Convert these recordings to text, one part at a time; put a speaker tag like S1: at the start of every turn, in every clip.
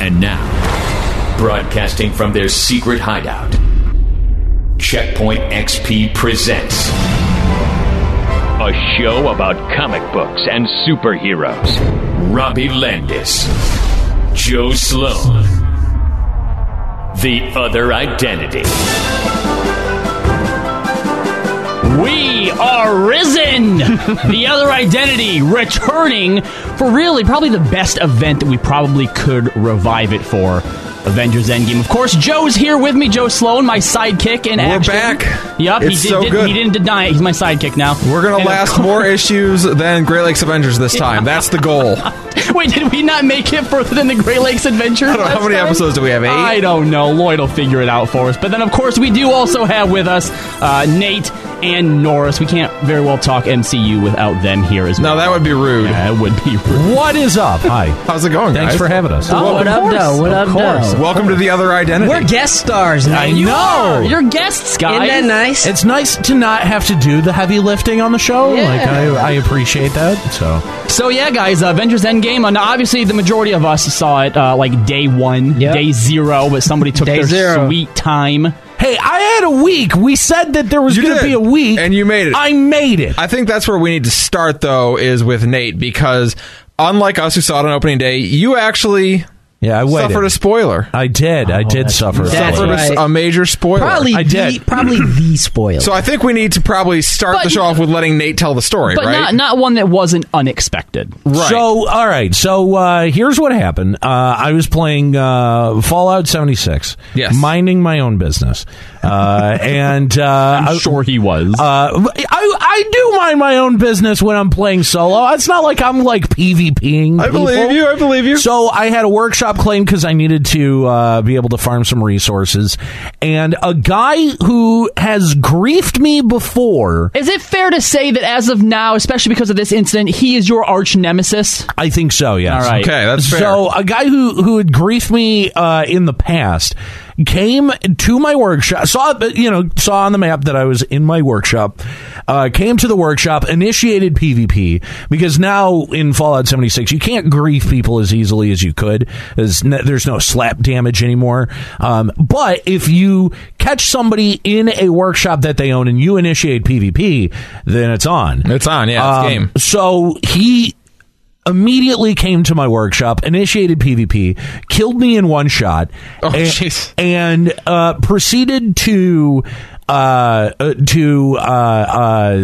S1: And now, broadcasting from their secret hideout, Checkpoint XP presents a show about comic books and superheroes. Robbie Landis, Joe Sloan, The Other Identity.
S2: We are risen! the other identity returning for really probably the best event that we probably could revive it for. Avengers Endgame. Of course, Joe's here with me, Joe Sloan, my sidekick in
S3: We're
S2: action.
S3: back.
S2: Yep,
S3: It's
S2: he, did,
S3: so
S2: did,
S3: good.
S2: he didn't deny it. He's my sidekick now.
S3: We're gonna
S2: And of
S3: last more issues than Great Lakes Avengers this time. That's the goal.
S2: Wait, did we not make it further than the Great Lakes Adventure?
S3: know. How
S2: last
S3: many
S2: time?
S3: episodes do we have? Eight?
S2: I don't know. Lloyd will figure it out for us. But then, of course, we do also have with us uh, Nate and Norris. We can't very well talk MCU without them here as well.
S3: No, that would be rude.
S2: That would be rude.
S4: What is up? Hi.
S3: How's it going,
S4: Thanks
S3: guys?
S4: for having us.
S5: Oh, what up, though? What up, though?
S3: Welcome to the other identity.
S5: We're guest stars now.
S4: I know.
S2: You're guests, guys.
S5: Isn't that nice?
S4: It's nice to not have to do the heavy lifting on the show.
S5: Yeah.
S4: Like I, I appreciate that. So
S2: So yeah, guys, Avengers Endgame. And obviously, the majority of us saw it uh, like day one,
S5: Yep.
S2: day zero, but somebody took
S5: Day
S2: their
S5: zero.
S2: sweet time.
S4: hey, I had a week. We said that there was
S3: You
S4: going
S3: did.
S4: to be a week,
S3: And you made it.
S4: I made it.
S3: I think that's where we need to start, though, is with Nate because unlike us who saw it on opening day, you actually
S4: yeah, I waited.
S3: suffered a spoiler.
S4: I did. I did suffer. a
S5: That's
S3: suffered
S4: spoiler.
S3: a s-
S5: right.
S3: a, major spoiler.
S5: probably
S4: I
S5: the
S4: did.
S5: probably the spoiler.
S3: So I think we need to probably start
S2: But-
S3: the show off with letting Nate tell the story,
S2: But
S3: right?
S2: not not one that wasn't unexpected.
S3: Right.
S4: So all right. So uh, here's what happened. Uh, I was playing uh, Fallout 76.
S3: Yes.
S4: Minding my own business. Uh, and uh, I-
S2: sure he was.
S4: Uh, I, I do mind my own business when I'm playing solo. It's not like I'm like PvPing.
S3: I believe
S4: people.
S3: you, I believe you.
S4: So I had a workshop claim because I needed to uh, be able to farm some resources, and a guy who has griefed me before.
S2: Is it fair to say that as of now, especially because of this incident, he is your arch nemesis?
S4: I think so. Yes.
S2: All right.
S3: okay, that's fair.
S4: So a guy who who had griefed me uh, in the past came to my workshop. Saw you know saw on the map that I was in my workshop. Uh, came to the workshop, initiated PvP because now in Fallout seventy six you can't grief people as easily as you could. There's no, there's no slap damage anymore. Um, but if you catch somebody in a workshop that they own and you initiate PvP, then it's on.
S3: it's on, yeah, it's
S4: Um,
S3: game.
S4: So he immediately came to my workshop, initiated PvP, killed me in one shot,
S3: Oh,
S4: a-
S3: jeez.
S4: and, uh, proceeded to uh, uh, to uh, uh, uh,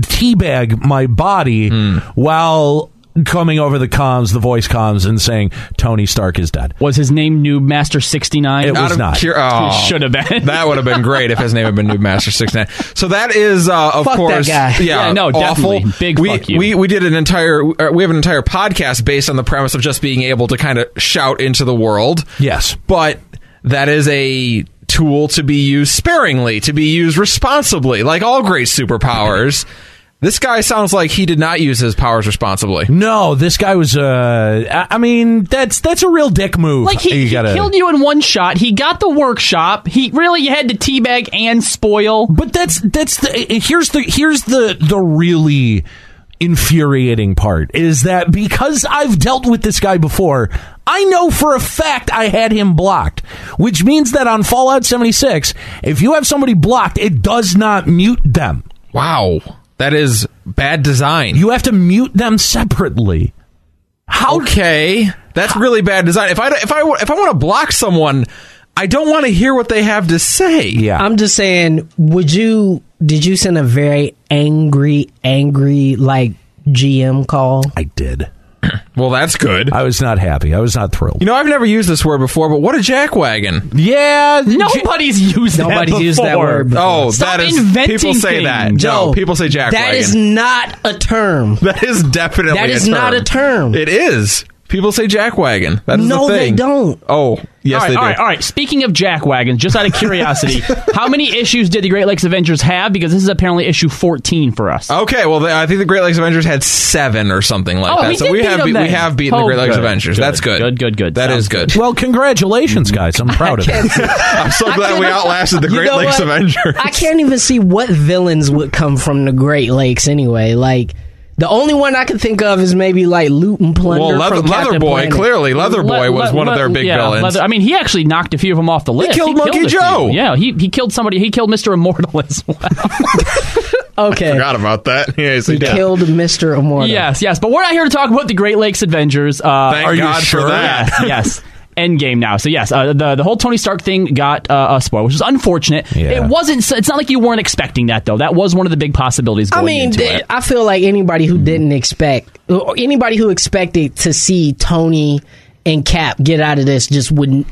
S4: teabag my body
S3: Hmm.
S4: while coming over the comms, the voice comms, and saying Tony Stark is dead.
S2: Was his name Noob Master sixty nine?
S4: It
S3: Out
S4: was
S3: of
S4: not.
S3: cur- oh.
S2: Should have been.
S3: That would have been great if his name had been Noob Master Six Nine. So that is, uh, of
S5: Fuck that
S3: course,
S5: guy.
S3: yeah,
S2: Yeah, no,
S3: awful.
S2: definitely. Big
S3: we,
S2: fuck you.
S3: We we did an entire uh, we have an entire podcast based on the premise of just being able to kind of shout into the world.
S4: Yes.
S3: but that is a tool to be used sparingly, to be used responsibly, like all great superpowers. This guy sounds like he did not use his powers responsibly.
S4: No, this guy was. Uh, I- I mean, that's that's a real dick move.
S2: Like he,
S4: You
S2: he
S4: gotta-
S2: killed you in one shot. He got the workshop. He really you had to teabag and spoil.
S4: But that's that's the here's the here's the the really infuriating part is that because I've dealt with this guy before, I know for a fact I had him blocked, which means that on Fallout 76, if you have somebody blocked, it does not mute them.
S3: Wow, that is bad design.
S4: You have to mute them separately. How
S3: okay, that's really bad design. If I if I if I want to block someone, I don't want to hear what they have to say.
S4: yeah.
S5: I'm just saying, would you did you send a very angry, angry like GM call?
S4: I did.
S3: Well, that's good.
S4: I was not happy. I was not thrilled.
S3: you know, I've never used this word before, but what a jackwagon!
S4: yeah,
S2: Nobody's used that
S5: Nobody's used that
S2: before.
S5: word.
S3: Oh,
S2: Stop
S3: that is
S2: inventing
S3: people say that.
S2: things.
S3: No, people say jackwagon.
S5: That is not a term.
S3: that is definitely
S5: That is
S3: a term.
S5: not a term.
S3: It is. People say jackwagon. That is
S5: No,
S3: the
S5: they
S3: thing.
S5: don't.
S3: Oh, yes,
S2: all right,
S3: they do.
S2: all right, all right. Speaking of jack wagons, just out of curiosity, how many issues did the Great Lakes Avengers have? Because this is apparently issue fourteen for us.
S3: Okay, well, the, I think the Great Lakes Avengers had seven or something like
S2: Oh,
S3: that.
S2: we
S3: so
S2: did
S3: we
S2: beat
S3: have
S2: them
S3: beat- we
S2: then.
S3: have beaten
S2: Oh,
S3: the Great Lakes
S2: good,
S3: Avengers.
S2: good,
S3: That's good.
S2: good, good, good.
S3: That
S2: Sounds
S3: is good.
S4: Well, congratulations, guys. I'm proud of it.
S3: I'm so glad we outlasted the
S5: You
S3: Great
S5: know
S3: Lakes
S5: what?
S3: Avengers.
S5: I can't even see what villains would come from the Great Lakes anyway. Like The only one I can think of is maybe like Loot and Plunder.
S3: Well, Leather,
S5: from Captain
S3: Leather Boy,
S5: Planet.
S3: clearly, Leather Boy was one of their big
S2: yeah,
S3: villains.
S2: Leather- I mean, he actually knocked a few of them off the list.
S3: killed Monkey
S2: a few.
S3: Joe.
S2: Yeah, he, he killed somebody. He killed Mr. Immortal as well.
S5: Okay.
S3: Forgot about that. Yes, he did.
S5: Killed Mr. Immortal.
S2: yes, yes. But we're not here to talk about the Great Lakes Avengers. Uh,
S3: Thank
S2: are you
S3: God for
S2: sure?
S3: that.
S2: Yes. yes. Endgame now, so yes, uh, the the whole Tony Stark thing got uh, a spoil, which is unfortunate.
S4: Yeah.
S2: It wasn't. so- It's not like you weren't expecting that though. That was one of the big possibilities.
S5: I
S2: going
S5: mean,
S2: into
S5: th-
S2: it. Mm-hmm.
S5: I feel like anybody who didn't expect, or anybody who expected to see Tony and Cap get out of this, just wouldn't,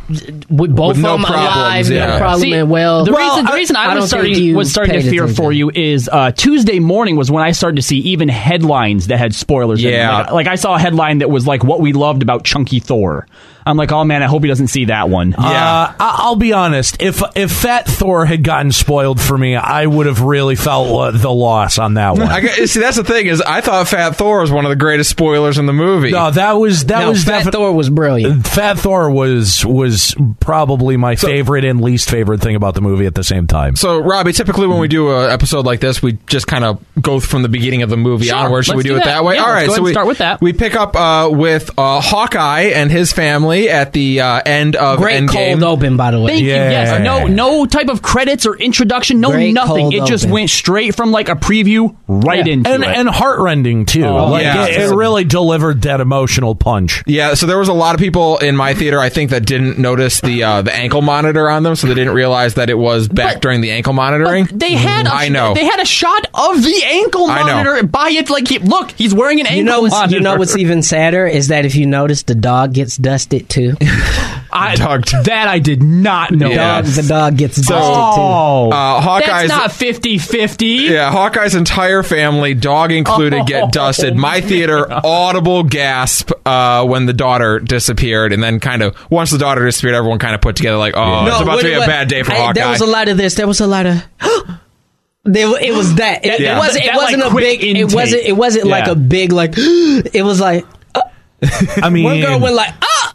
S5: would both
S3: With no
S5: of them
S3: problems,
S5: alive,
S3: yeah.
S5: no problem.
S2: See,
S5: and well,
S2: the reason the reason I,
S5: don't
S2: was
S5: think
S2: starting
S5: you
S2: was starting to
S5: paid
S2: fear for
S5: attention.
S2: you is uh, Tuesday morning was when I started to see even headlines that had spoilers. in them.
S3: Yeah.
S2: like, like I saw a headline that was like what we loved about Chunky Thor. I'm like, oh man, I hope he doesn't see that one.
S4: Uh, I- I'll be honest. If if Fat Thor had gotten spoiled for me, I would have really felt uh, the loss on that one.
S3: I got, see, that's the thing is, I thought Fat Thor was one of the greatest spoilers in the movie.
S4: no, that was that
S5: No,
S4: was
S5: Fat
S4: defi-
S5: Thor was brilliant.
S4: Fat Thor was was probably my favorite and least favorite thing about the movie at the same time.
S3: So, Robbie, typically when we do an episode like this, we just kind of go from the beginning of the movie
S2: Sure,
S3: onward. Should we
S2: let's
S3: do,
S2: do
S3: it
S2: that.
S3: that way?
S2: Yeah,
S3: All
S2: let's go
S3: right,
S2: ahead
S3: so
S2: and
S3: we
S2: start with that.
S3: We pick up uh, with uh, Hawkeye and his family at the uh, end of
S5: Great
S3: Endgame.
S5: cold open, by the way.
S2: Thank you.
S4: Yeah.
S2: Yes. No. No type of credits or introduction. No
S5: Great
S2: nothing.
S5: cold
S2: It just
S5: open.
S2: went straight from like a preview right into
S4: and
S2: it.
S4: and heartrending too. like,
S3: yeah.
S4: it, it really delivered that emotional punch.
S3: Yeah, so there was a lot of people in my theater, I think, that didn't notice the uh, the ankle monitor on them, so they didn't realize that it was back
S2: But-
S3: during the ankle monitoring.
S2: But they had. A,
S3: I know.
S2: They had a shot of the ankle
S3: I know.
S2: monitor by it. Like, he, look, he's wearing an ankle
S5: You know, what's,
S2: monitor.
S5: you know what's even sadder is that if you notice, the dog gets dusted too.
S2: I,
S3: Dog-
S2: that I did not know.
S3: Yeah.
S5: Dog, Um, the dog gets dusted
S2: Oh,
S3: uh,
S2: that's
S3: Hawkeye's
S2: not 50-50.
S3: yeah, Hawkeye's entire family, dog included,
S2: Oh,
S3: get dusted. My theater audible gasp uh, when the daughter disappeared, and then kind of once the daughter disappeared, everyone kind of put together like, oh,
S5: too.
S3: it's about
S5: wait,
S3: to be a
S5: wait.
S3: bad day for
S5: I-
S3: Hawkeye.
S5: There was a lot of this. There was a lot of. There, wa- it was that. It, it
S3: Yeah.
S5: wasn't. It
S2: That, like,
S5: wasn't a
S2: quick
S5: big.
S2: intake.
S5: It wasn't. It wasn't like
S2: Yeah.
S5: a big like. It was like
S4: I mean,
S5: one girl went like ah.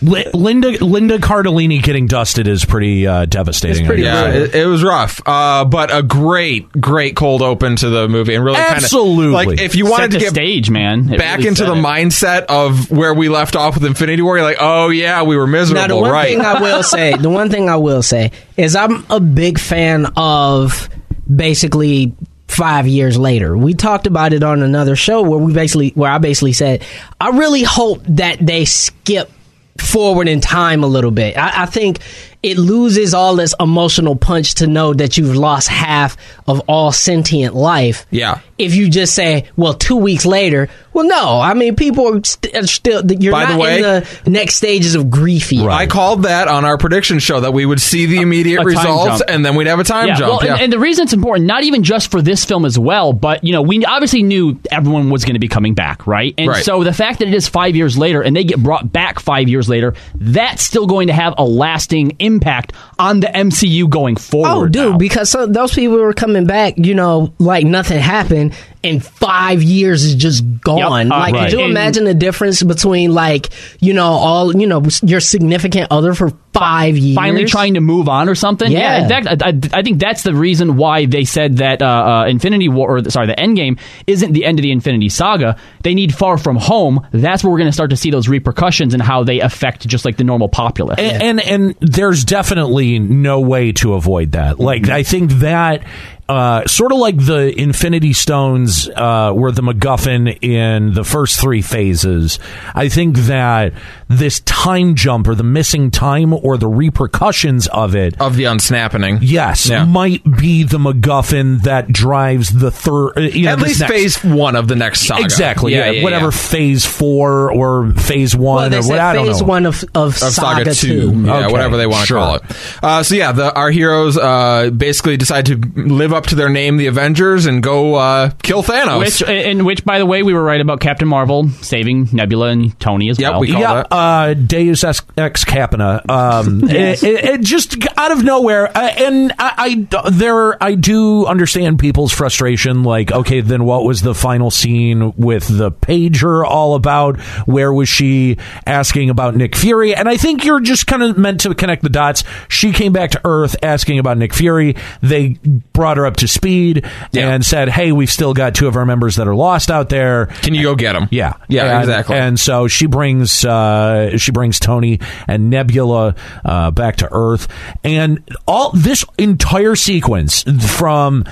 S4: Li- Linda Linda Cardellini getting dusted is pretty uh, devastating.
S5: pretty
S4: I guess.
S3: yeah,
S5: Really?
S3: it, it was rough, uh, but a great, great cold open to the movie, and really kinda-
S4: Absolutely.
S3: like if you
S2: Set
S3: wanted
S2: the
S3: to get
S2: stage, man. It
S3: back
S2: really
S3: into
S2: set
S3: the
S2: it.
S3: mindset of where we left off with Infinity War. You're like, oh yeah, we were miserable,
S5: Now the one
S3: right?
S5: thing I will say, the one thing I will say is I'm a big fan of basically five years later. We talked about it on another show where we basically where I basically said I really hope that they skip forward in time a little bit. I, I think it loses all this emotional punch to know that you've lost half of all sentient life
S3: yeah.
S5: if you just say, well, two weeks later, well, no. I mean, people are, st- are still, you're
S3: By the
S5: not
S3: way-
S5: in the next stages of grief yet.
S3: I called that on our prediction show that we would see the immediate
S2: time
S3: results
S2: jump.
S3: and then we'd have a time
S2: Yeah,
S3: jump.
S2: well,
S3: yeah.
S2: And, and the reason it's important, not even just for this film as well, but you know, we obviously knew everyone was going to be coming back, right? And
S3: Right.
S2: so the fact that it is five years later and they get brought back five years later, that's still going to have a lasting impact on the MCU going forward.
S5: Oh, dude,
S2: now.
S5: because some, those people were coming back, you know, like nothing happened, and five years is just gone.
S2: uh,
S5: like,
S2: right.
S5: could you
S2: And-
S5: imagine the difference between, like, you know, all, you know, your significant other for five years?
S2: finally trying to move on or something.
S5: Yeah.
S2: in fact, I- I, I think that's the reason why they said that uh, uh, Infinity War, or the- sorry, the Endgame isn't the end of the Infinity Saga. They need Far From Home. That's where we're going to start to see those repercussions and how they affect just like the normal populace.
S4: and, and and there's definitely no way to avoid that. Like I think that uh, sort of like the Infinity Stones uh, were the MacGuffin in the first three phases. I think that this time jump or the missing time or the repercussions of it
S3: of the unsnapping.
S4: yes,
S3: Yeah.
S4: might be the MacGuffin that drives the third. Uh, you know,
S3: At
S4: this
S3: least
S4: next-
S3: phase one of the next saga.
S4: Exactly. Yeah. whatever
S3: yeah.
S4: phase four or phase
S5: well,
S4: one
S5: they
S4: or
S5: said
S4: what I don't know.
S5: phase one of, of,
S3: Of Saga, 2. Yeah,
S4: Okay,
S3: whatever they want to
S4: sure.
S3: call it. Uh, so, yeah, the, our heroes uh, basically decide to live up to their name, the Avengers, and go uh, kill
S4: Oh,
S3: Thanos.
S2: which, in which, by the way, we were right about Captain Marvel saving Nebula and Tony as
S3: Yep,
S2: well.
S3: we call-
S4: yeah,
S3: that.
S4: Uh, Deus ex, ex capita. Um, it, it- it just out of nowhere, uh, and I, I there I do understand people's frustration. Like, okay, then what was the final scene with the pager all about? Where was she asking about Nick Fury? And I think you're just kind of meant to connect the dots. She came back to Earth asking about Nick Fury. They brought her up to speed
S3: Yeah.
S4: and said, "Hey, we've still got two of our members that are lost out there."
S3: Can you go get them?
S4: Yeah,
S3: Yeah,
S4: And-
S3: exactly.
S4: And so she brings uh, she brings Tony and Nebula uh, back to Earth, and all this entire sequence from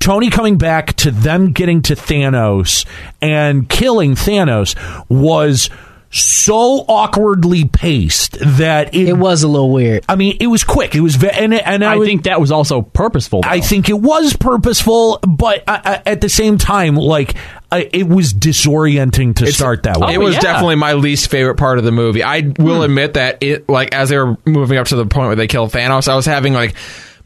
S4: Tony coming back to them getting to Thanos and killing Thanos was so awkwardly paced that it,
S5: It was a little weird.
S4: I mean, it was quick. It was, ve- and and I,
S2: I
S4: would-
S2: think that was also purposeful. though.
S4: I think it was purposeful, but I, I, at the same time, like I, it was disorienting to start that way.
S3: it was
S2: yeah.
S3: definitely my least favorite part of the movie. I will
S4: Hmm.
S3: admit that it like as they were moving up to the point where they kill Thanos, I was having like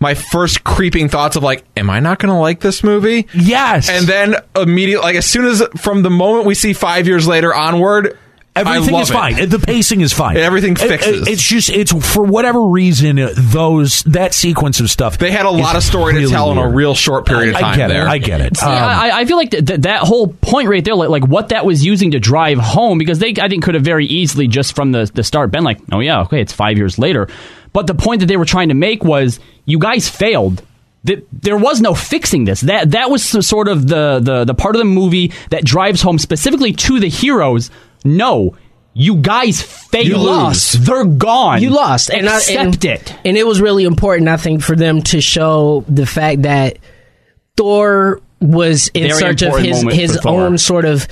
S3: my first creeping thoughts of like, am I not going to like this movie?
S4: yes,
S3: And then immediately, like as soon as from the moment we see five years later onward,
S4: everything
S3: I love
S4: is
S3: it.
S4: fine. The pacing is fine.
S3: Everything
S4: It- it-
S3: fixes.
S4: it's just it's for whatever reason uh, those that sequence of stuff.
S3: They had a
S4: is
S3: lot of story to
S4: really
S3: tell in a
S4: weird.
S3: real short period of time
S4: I get
S3: there.
S4: it. I get it. Uh,
S2: See, I, I- I feel like th- th- that whole point right there, like, like what that was using to drive home, because they, I think, could have very easily just from the, the start been like, oh, yeah, okay, it's five years later. But the point that they were trying to make was you guys failed. Th- There was no fixing this. That that was the, sort of the, the, the part of the movie that drives home specifically to the heroes. No, you guys failed.
S5: lost.
S2: They're gone.
S5: You lost, and
S2: Accept
S5: I, and,
S2: it.
S5: And it was really important, I think, for them to show the fact that Thor was in
S2: Very
S5: search of
S2: important
S5: his
S2: moment
S5: his
S2: for Thor.
S5: own sort of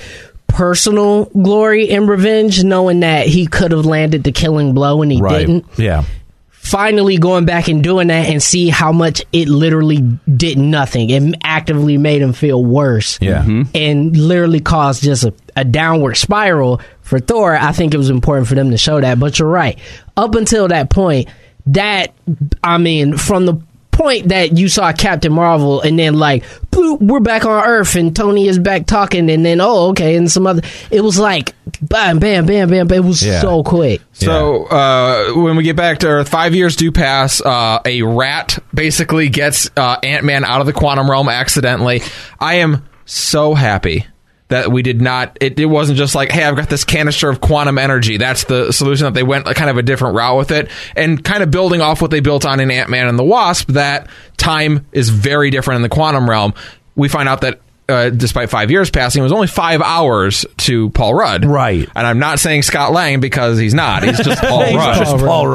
S5: personal glory and revenge, knowing that he could have landed the killing blow and he
S4: right.
S5: didn't.
S4: Yeah.
S5: Finally, going back and doing that and see how much it literally did nothing. It actively made him feel worse
S4: Yeah.
S5: and literally caused just a, a downward spiral for Thor, I think it was important for them to show that. But you're right. Up until that point, that, I mean, from the point that you saw Captain Marvel and then like, bloop, we're back on Earth and Tony is back talking and then, oh, okay, and some other, it was like, bam, bam, bam, bam, bam. It was
S4: Yeah.
S5: so quick.
S3: So uh, when we get back to Earth, five years do pass. Uh, a rat basically gets uh, Ant Man out of the quantum realm accidentally. I am so happy that we did not. It, it wasn't just like, hey, I've got this canister of quantum energy. That's the solution that they went kind of a different route with it, and kind of building off what they built on in Ant Man and the Wasp. That time is very different in the quantum realm. We find out that. Uh, despite five years passing, it was only five hours to Paul Rudd.
S4: Right.
S3: And I'm not saying Scott Lang because he's not. He's just Paul
S4: Thanks,
S3: Rudd.
S4: just Paul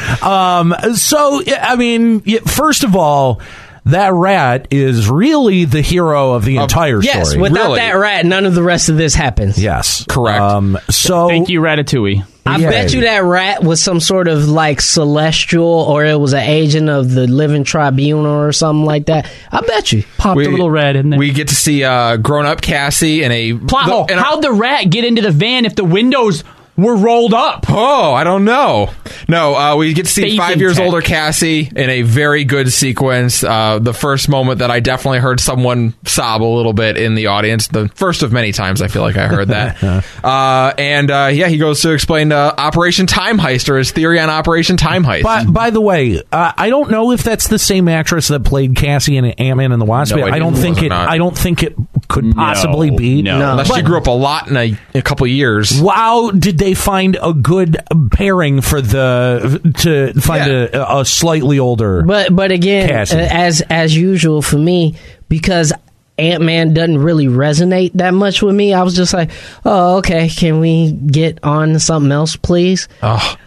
S4: Rudd. Um, so, yeah, I mean, yeah, first of all, that rat is really the hero of the entire
S5: Yes,
S4: story.
S5: without
S3: Really?
S5: that rat, none of the rest of this happens.
S4: yes.
S3: Correct.
S4: Um, so,
S2: Thank you, Ratatouille.
S5: I
S4: Yeah.
S5: bet you that rat was some sort of like celestial, or it was an agent of the Living Tribunal or something like that. I bet you.
S2: Popped
S3: We-
S2: a little red, and then
S3: We get to see uh, grown-up Cassie in a
S2: plot
S3: the-
S2: hole.
S3: in a-
S2: How'd the rat get into the van if the windows were rolled up?
S3: Oh, I don't know. No, uh, we get to see
S2: Phasing
S3: five years
S2: tech.
S3: older Cassie in a very good sequence. Uh, the first moment that I definitely heard someone sob a little bit in the audience. The first of many times I feel like I heard that. uh, and uh, yeah, he goes to explain uh, Operation Time Heist or his theory on Operation Time Heist.
S4: by, by the way, uh, I don't know if that's the same actress that played Cassie in Ant Man and the Wasp.
S3: No,
S4: but
S3: I
S4: I, don't
S3: didn't.
S4: think
S3: Was it
S4: it.
S3: not?
S4: I don't think it could possibly be.
S2: no. No.
S3: Unless
S4: But-
S3: she grew up a lot in a, a couple years.
S4: Wow, did they find a good pairing for the to find
S3: Yeah.
S4: a, a slightly older?
S5: But but again,
S4: Cassie.
S5: uh, as as usual for me, because Ant Man doesn't really resonate that much with me. I was just like, oh okay, can we get on to something else, please?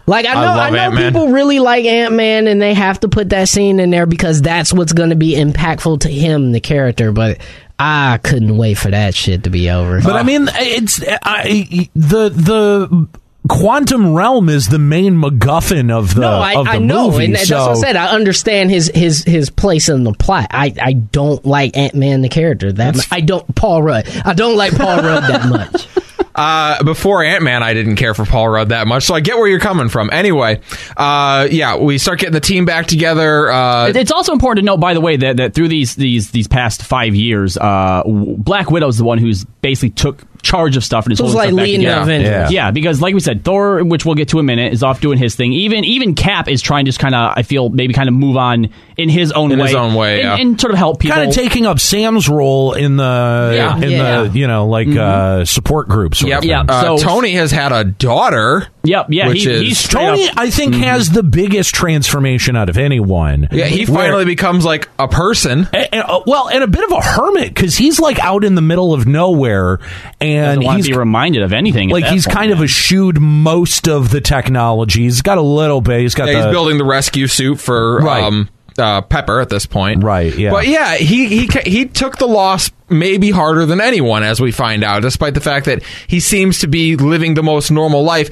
S5: like I
S3: I
S5: know I,
S3: love
S5: know
S3: Ant-Man.
S5: people really like Ant Man, and they have to put that scene in there because that's what's going to be impactful to him, the character. But I couldn't wait for that shit to be over.
S3: Oh,
S4: But I mean, it's I, the the quantum realm is the main MacGuffin of the
S5: No, I,
S4: of the
S5: I know,
S4: movie.
S5: and that's what I
S4: so-
S5: said. I understand his his his place in the plot. I, I don't like Ant Man the character that much. I don't Paul Rudd. I don't like Paul Rudd that much.
S3: uh, before Ant Man, I didn't care for Paul Rudd that much, so I get where you're coming from. Anyway, uh, yeah, we start getting the team back together. Uh,
S2: It- It's also important to note, by the way, that, that through these these these past five years, uh, w- Black Widow's the one who's basically took charge of stuff and is
S5: It was
S2: holding
S5: like
S2: stuff back
S5: leading
S2: together.
S5: the Avengers.
S4: Yeah.
S2: Yeah, because like we said, Thor, which we'll get to in a minute, is off doing his thing. Even even Cap is trying to just kind of, I feel, maybe kind of move on in his own
S3: In
S2: way,
S3: his own way,
S2: and,
S3: yeah.
S2: and sort of help people.
S4: Kind of taking up Sam's role in the
S3: Yeah.
S4: in
S5: Yeah. Mm-hmm.
S4: the you know like uh, support groups.
S3: yep.
S2: Yeah,
S3: Uh,
S2: so-
S3: Tony has had a daughter.
S2: Yep. Yeah.
S3: Which
S2: he,
S3: is-
S2: he's straight
S4: Tony,
S2: up. Mm-hmm.
S4: I think, has the biggest transformation out of anyone.
S3: Yeah, he
S4: Where-
S3: finally becomes like a person.
S4: A- and, uh, well, and a bit of a hermit because he's like out in the middle of nowhere, and
S2: Doesn't want
S4: he's
S2: to be reminded of anything. at
S4: like
S2: that
S4: he's
S2: point,
S4: kind of
S2: man.
S4: eschewed most of the technology. He's got a little bit. He's got
S3: Yeah,
S4: the,
S3: he's building the rescue suit for
S4: Uh, Right.
S3: um, uh, Pepper at this point.
S4: Right, yeah.
S3: But yeah, he he ca- he took the loss maybe harder than anyone, as we find out, despite the fact that he seems to be living the most normal life.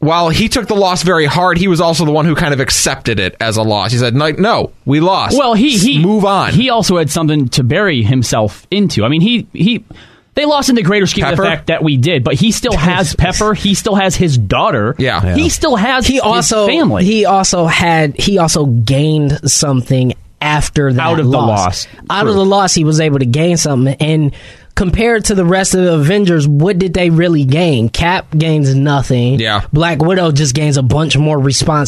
S3: While he took the loss very hard, he was also the one who kind of accepted it as a loss. He said, "No, no we lost.
S2: Well, he
S3: S-
S2: he
S3: move on."
S2: He also had something to bury himself into. I mean, he he they lost in the greater scheme of the
S3: Pepper?
S2: fact that we did, but he still has Pepper. He still has his daughter.
S3: Yeah. Yeah.
S2: he still has
S5: he
S2: his
S5: also
S2: family.
S5: he also had he also gained something after that
S2: Out of the loss.
S5: out of
S2: True.
S5: the loss he was able to gain something and compared to the rest of the avengers what did they really gain cap gains nothing
S3: Yeah.
S5: black widow just gains a bunch more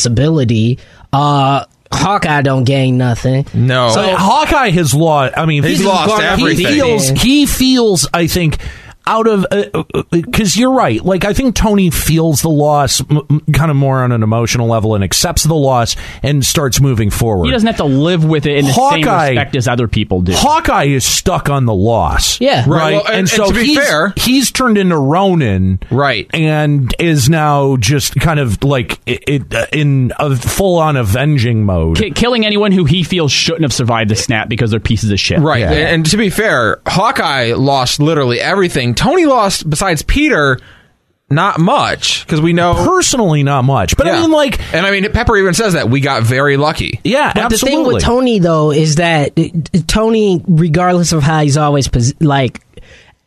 S5: responsibility uh hawkeye don't gain nothing
S3: no,
S4: So Hawkeye has lost. I mean,
S3: He's lost
S4: gone-
S3: everything.
S4: He feels. He feels. I think out of uh, because you're right. Like I think Tony feels the loss m- m- kind of more on an emotional level and accepts the loss and starts moving forward.
S2: he doesn't have to live with it in the same
S4: Hawkeye-
S2: respect as other people do.
S4: Hawkeye is stuck on the loss.
S5: Yeah.
S4: Right.
S3: Right, well,
S4: and,
S3: and- and
S4: so
S3: to be
S4: he's,
S3: fair-
S4: he's turned into Ronin.
S3: Right.
S4: And is now just kind of like it, it, uh, in a full on avenging mode.
S2: Ki- killing anyone who he feels shouldn't have survived the snap because they're pieces of shit.
S3: Right.
S4: Yeah.
S3: And, and to be fair, Hawkeye lost literally everything. Tony lost, besides Peter, not much because we know.
S4: Personally, not much. But I
S3: Yeah.
S4: mean, like,
S3: and I mean, Pepper even says that we got very lucky.
S4: yeah,
S5: But
S4: absolutely.
S5: the thing with Tony though is that uh, Tony, regardless of how he's always pos- like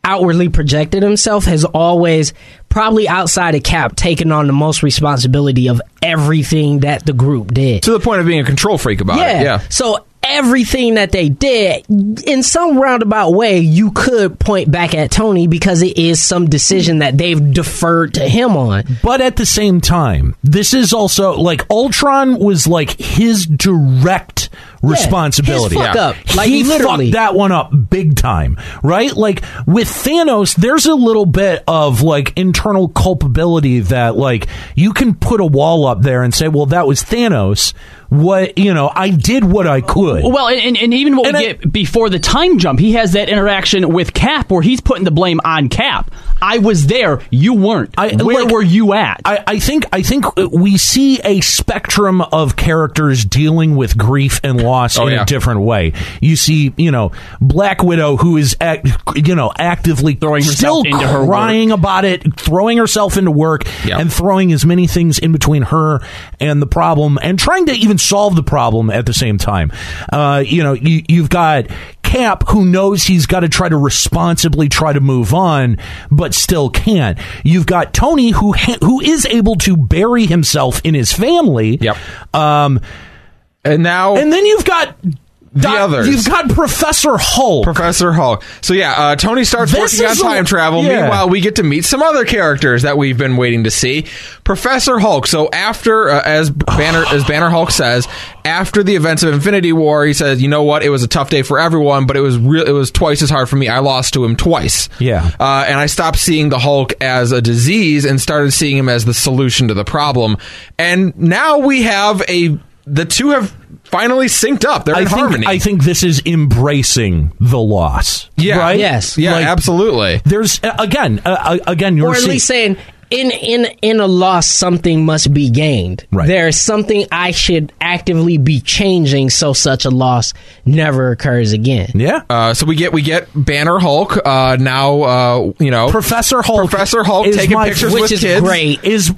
S5: outwardly projected himself, has always probably outside of Cap taken on the most responsibility of everything that the group did.
S3: to the point of being a control freak about
S5: yeah.
S3: it. uh, Yeah.
S5: So everything that they did, in some roundabout way, you could point back at Tony because it is some decision that they've deferred to him on.
S4: But at the same time, this is also like Ultron was like his direct responsibility.
S5: his fuck Yeah. up. Like,
S4: he
S5: literally.
S4: fucked that one up big time, right? Like with Thanos, there's a little bit of like internal culpability that like you can put a wall up there and say, well, that was Thanos. What you know, I did what I could.
S2: Well, and, and, and even what
S4: And
S2: we
S4: I-
S2: get before the time jump, he has that interaction with Cap where he's putting the blame on Cap. I was there, you weren't.
S4: I-
S2: Where
S4: like-
S2: were you at?
S4: I, I think I think uh, we see a spectrum of characters dealing with grief and loss
S3: Oh,
S4: in a
S3: yeah.
S4: different way. You see, you know, Black Widow who is act, you know actively
S2: Throwing
S4: still
S2: herself into her
S4: crying about it, throwing herself into work,
S3: Yeah.
S4: and throwing as many things in between her and the problem, and trying to even solve the problem at the same time. Uh, you know, you, you've got. Cap, who knows he's got to try to responsibly try to move on, but still can't. You've got Tony, who ha- who is able to bury himself in his family.
S3: Yep.
S4: Um,
S3: And now
S4: and then you've got Doc-
S3: others.
S4: You've got Professor Hulk.
S3: Professor Hulk. So yeah, uh, Tony starts
S4: This
S3: working on
S4: is a-
S3: time travel.
S4: yeah.
S3: Meanwhile, we get to meet some other characters that we've been waiting to see. Professor Hulk. So after, uh, as Banner as Banner Hulk says, after the events of Infinity War, he says, "You know what? It was a tough day for everyone, but it was real. It was twice as hard for me. I lost to him twice.
S4: Yeah.
S3: Uh, and I stopped seeing the Hulk as a disease and started seeing him as the solution to the problem. And now we have a. The two have finally synced up. They're
S4: I
S3: in
S4: think
S3: harmony.
S4: I think this is embracing the loss.
S3: Yeah.
S4: Right?
S5: Yes.
S3: Yeah,
S4: Like,
S3: absolutely.
S4: There's uh, again, uh, uh, again, you're
S5: or at
S4: seeing-
S5: least saying in in in a loss something must be gained
S4: Right.
S5: there is something i should actively be changing so such a loss never occurs again
S4: yeah.
S3: Uh, so we get we get Banner Hulk uh, now. Uh, you know,
S4: Professor Hulk.
S3: Professor Hulk
S4: is
S3: taking
S4: my-
S3: pictures
S5: which
S3: with
S5: is
S3: kids.
S5: great.
S4: Is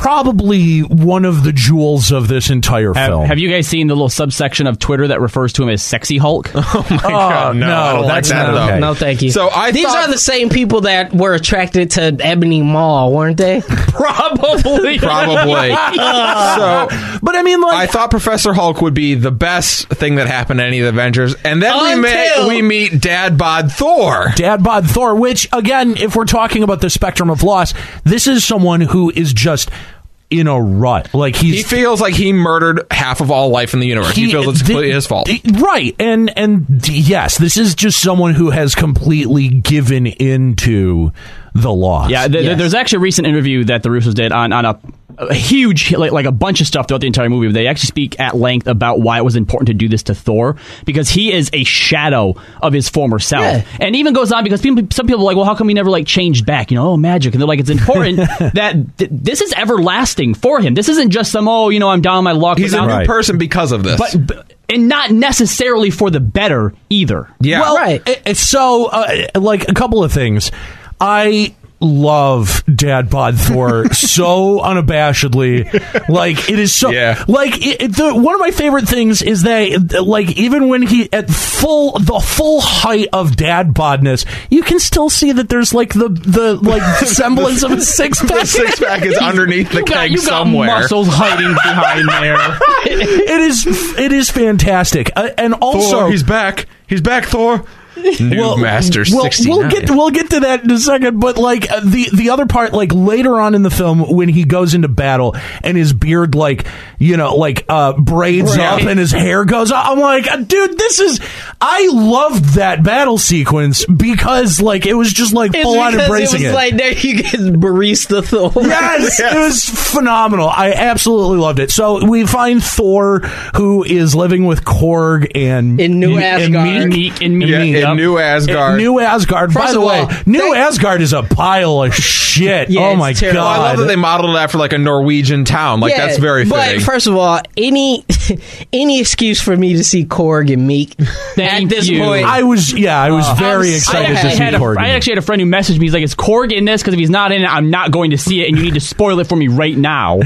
S4: probably one of the jewels of this entire
S2: have,
S4: film.
S2: have you guys seen the little subsection of Twitter that refers to him as Sexy Hulk?
S4: Oh, no, that's
S3: that at
S4: not
S3: all.
S4: okay.
S5: Um, no thank you
S3: So I
S5: these
S3: thought-
S5: are the same people that were attracted to ebony mall weren't they
S2: Probably.
S3: Probably. so
S4: But I mean, like,
S3: I thought Professor Hulk would be the best thing that happened to any of the Avengers, and then we meet
S5: Until-
S3: we meet Dad Bod Thor.
S4: Dad Bod Thor, which again, if we're talking about the spectrum of loss, this is someone who is just in a rut. Like he's
S3: He feels like he murdered half of all life in the universe. He, feels it's
S4: the-
S3: completely his fault.
S4: the- Right. And and d- yes, this is just someone who has completely given into the loss.
S2: Yeah, th- th- there's actually a recent interview that the Russos did on, on a a huge like, like a bunch of stuff throughout the entire movie. But they actually speak at length about why it was important to do this to Thor because he is a shadow of his former self,
S5: Yeah.
S2: and even goes on because people some people are like, well, how come he never like changed back? You know, oh magic, and they're like, it's important that th- this is everlasting for him. This isn't just some oh you know I'm down on my luck.
S3: He's
S2: but now-
S3: a new
S4: Right.
S3: person because of this.
S2: but, but- and not necessarily for the better either.
S3: yeah.
S4: Well,
S5: Right.
S4: i- i- Eh, so, uh, like a couple of things. I love Dad Bod Thor so unabashedly. Like it is so.
S3: Yeah.
S4: Like it, it- the, one of my favorite things is that, uh, like, even when he at full the full height of Dad Bodness, you can still see that there's like the the like semblance of a six
S3: the
S4: pack.
S3: six pack is underneath the
S2: You got,
S3: keg
S2: you got
S3: somewhere.
S2: muscles hiding behind there.
S4: It is it is fantastic, uh, and
S3: Thor,
S4: also
S3: he's back. He's back, Thor. New Master
S4: we'll,
S3: 69.
S4: We'll get we'll get to that in a second, but like uh, the the other part, like later on in the film when he goes into battle and his beard like you know like uh braids
S3: Right.
S4: up and his hair goes up. I'm like, uh, dude, this is. I loved that battle sequence because like it was just like
S3: Oh,
S4: full on embracing
S5: it was
S4: it.
S5: like there you get barista Thor.
S4: Yes, it was phenomenal. I absolutely loved it. So we find Thor, who is living with Korg and
S5: In New
S4: and
S5: Asgard.
S4: Meek-
S2: Meek and Meek.
S3: yeah,
S2: Yep.
S3: in New Asgard.
S4: New Asgard. By
S5: First
S4: the
S5: of
S4: way,
S5: all,
S4: New
S5: they-
S4: Asgard is a pile of shit.
S5: Yeah,
S4: oh
S5: it's
S4: my
S5: terrible.
S4: god!
S3: Well, I love that they modeled it after like a Norwegian town. Like
S5: Yeah,
S3: that's very
S5: But
S3: fitting.
S5: first of all, any any excuse for me to see Korg and Meek
S2: Thank
S5: at this
S2: you.
S5: point,
S4: I was yeah, I was very
S5: Uh, I was-
S4: excited
S5: I
S4: to see
S2: had a-
S4: Korg.
S2: I actually had a friend who messaged me. He's like, "Is Korg in this? Because if he's not in it, I'm not going to see it, and you need to spoil it for me right now."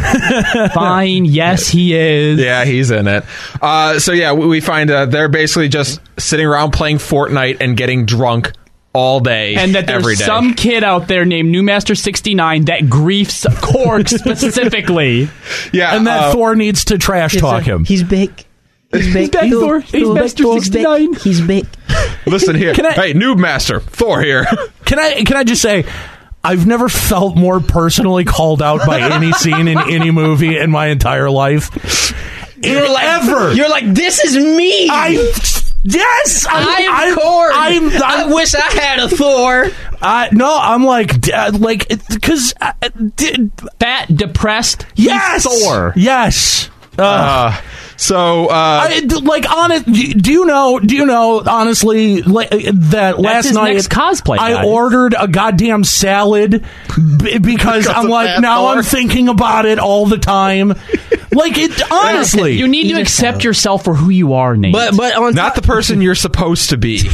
S2: Fine. Yes, he is.
S3: yeah, he's in it. Uh, so yeah, we, we find uh, they're basically just sitting around playing Fortnite and getting drunk all day
S2: And that
S3: every
S2: there's
S3: day.
S2: some kid out there named Newmaster69 that griefs Korg specifically.
S3: yeah,
S4: and that
S3: uh,
S4: Thor needs to trash talk him.
S5: He's big. He's big.
S2: big, Thor. He's Master
S5: Thor's big.
S2: 69.
S5: He's big.
S3: Listen here,
S4: Can I-
S3: hey, new master Thor here.
S4: Can I can I just say I've never felt more personally called out by any scene in any movie in my entire life. You're ever.
S5: You're like, this is me.
S4: I yes, I'm,
S5: I'm,
S4: I'm-
S5: Korg.
S4: I'm, I'm,
S5: I wish I had a Thor.
S4: I- no, I'm like d- uh, like because uh, d-
S2: Fat, depressed. he's
S4: yes,
S2: Thor.
S4: yes.
S3: Uh, so uh,
S4: I, d- like honest, do do you know? Do you know honestly like, that last
S2: his
S4: night
S2: next cosplay,
S4: I
S2: guys.
S4: ordered a goddamn salad b- because, I'm
S3: of
S4: like
S3: that
S4: now
S3: Thor.
S4: I'm thinking about it all the time. like it honestly,
S2: You need to accept yourself for who you are, Nate.
S5: But but on
S3: not the
S5: top,
S3: person you're supposed to be.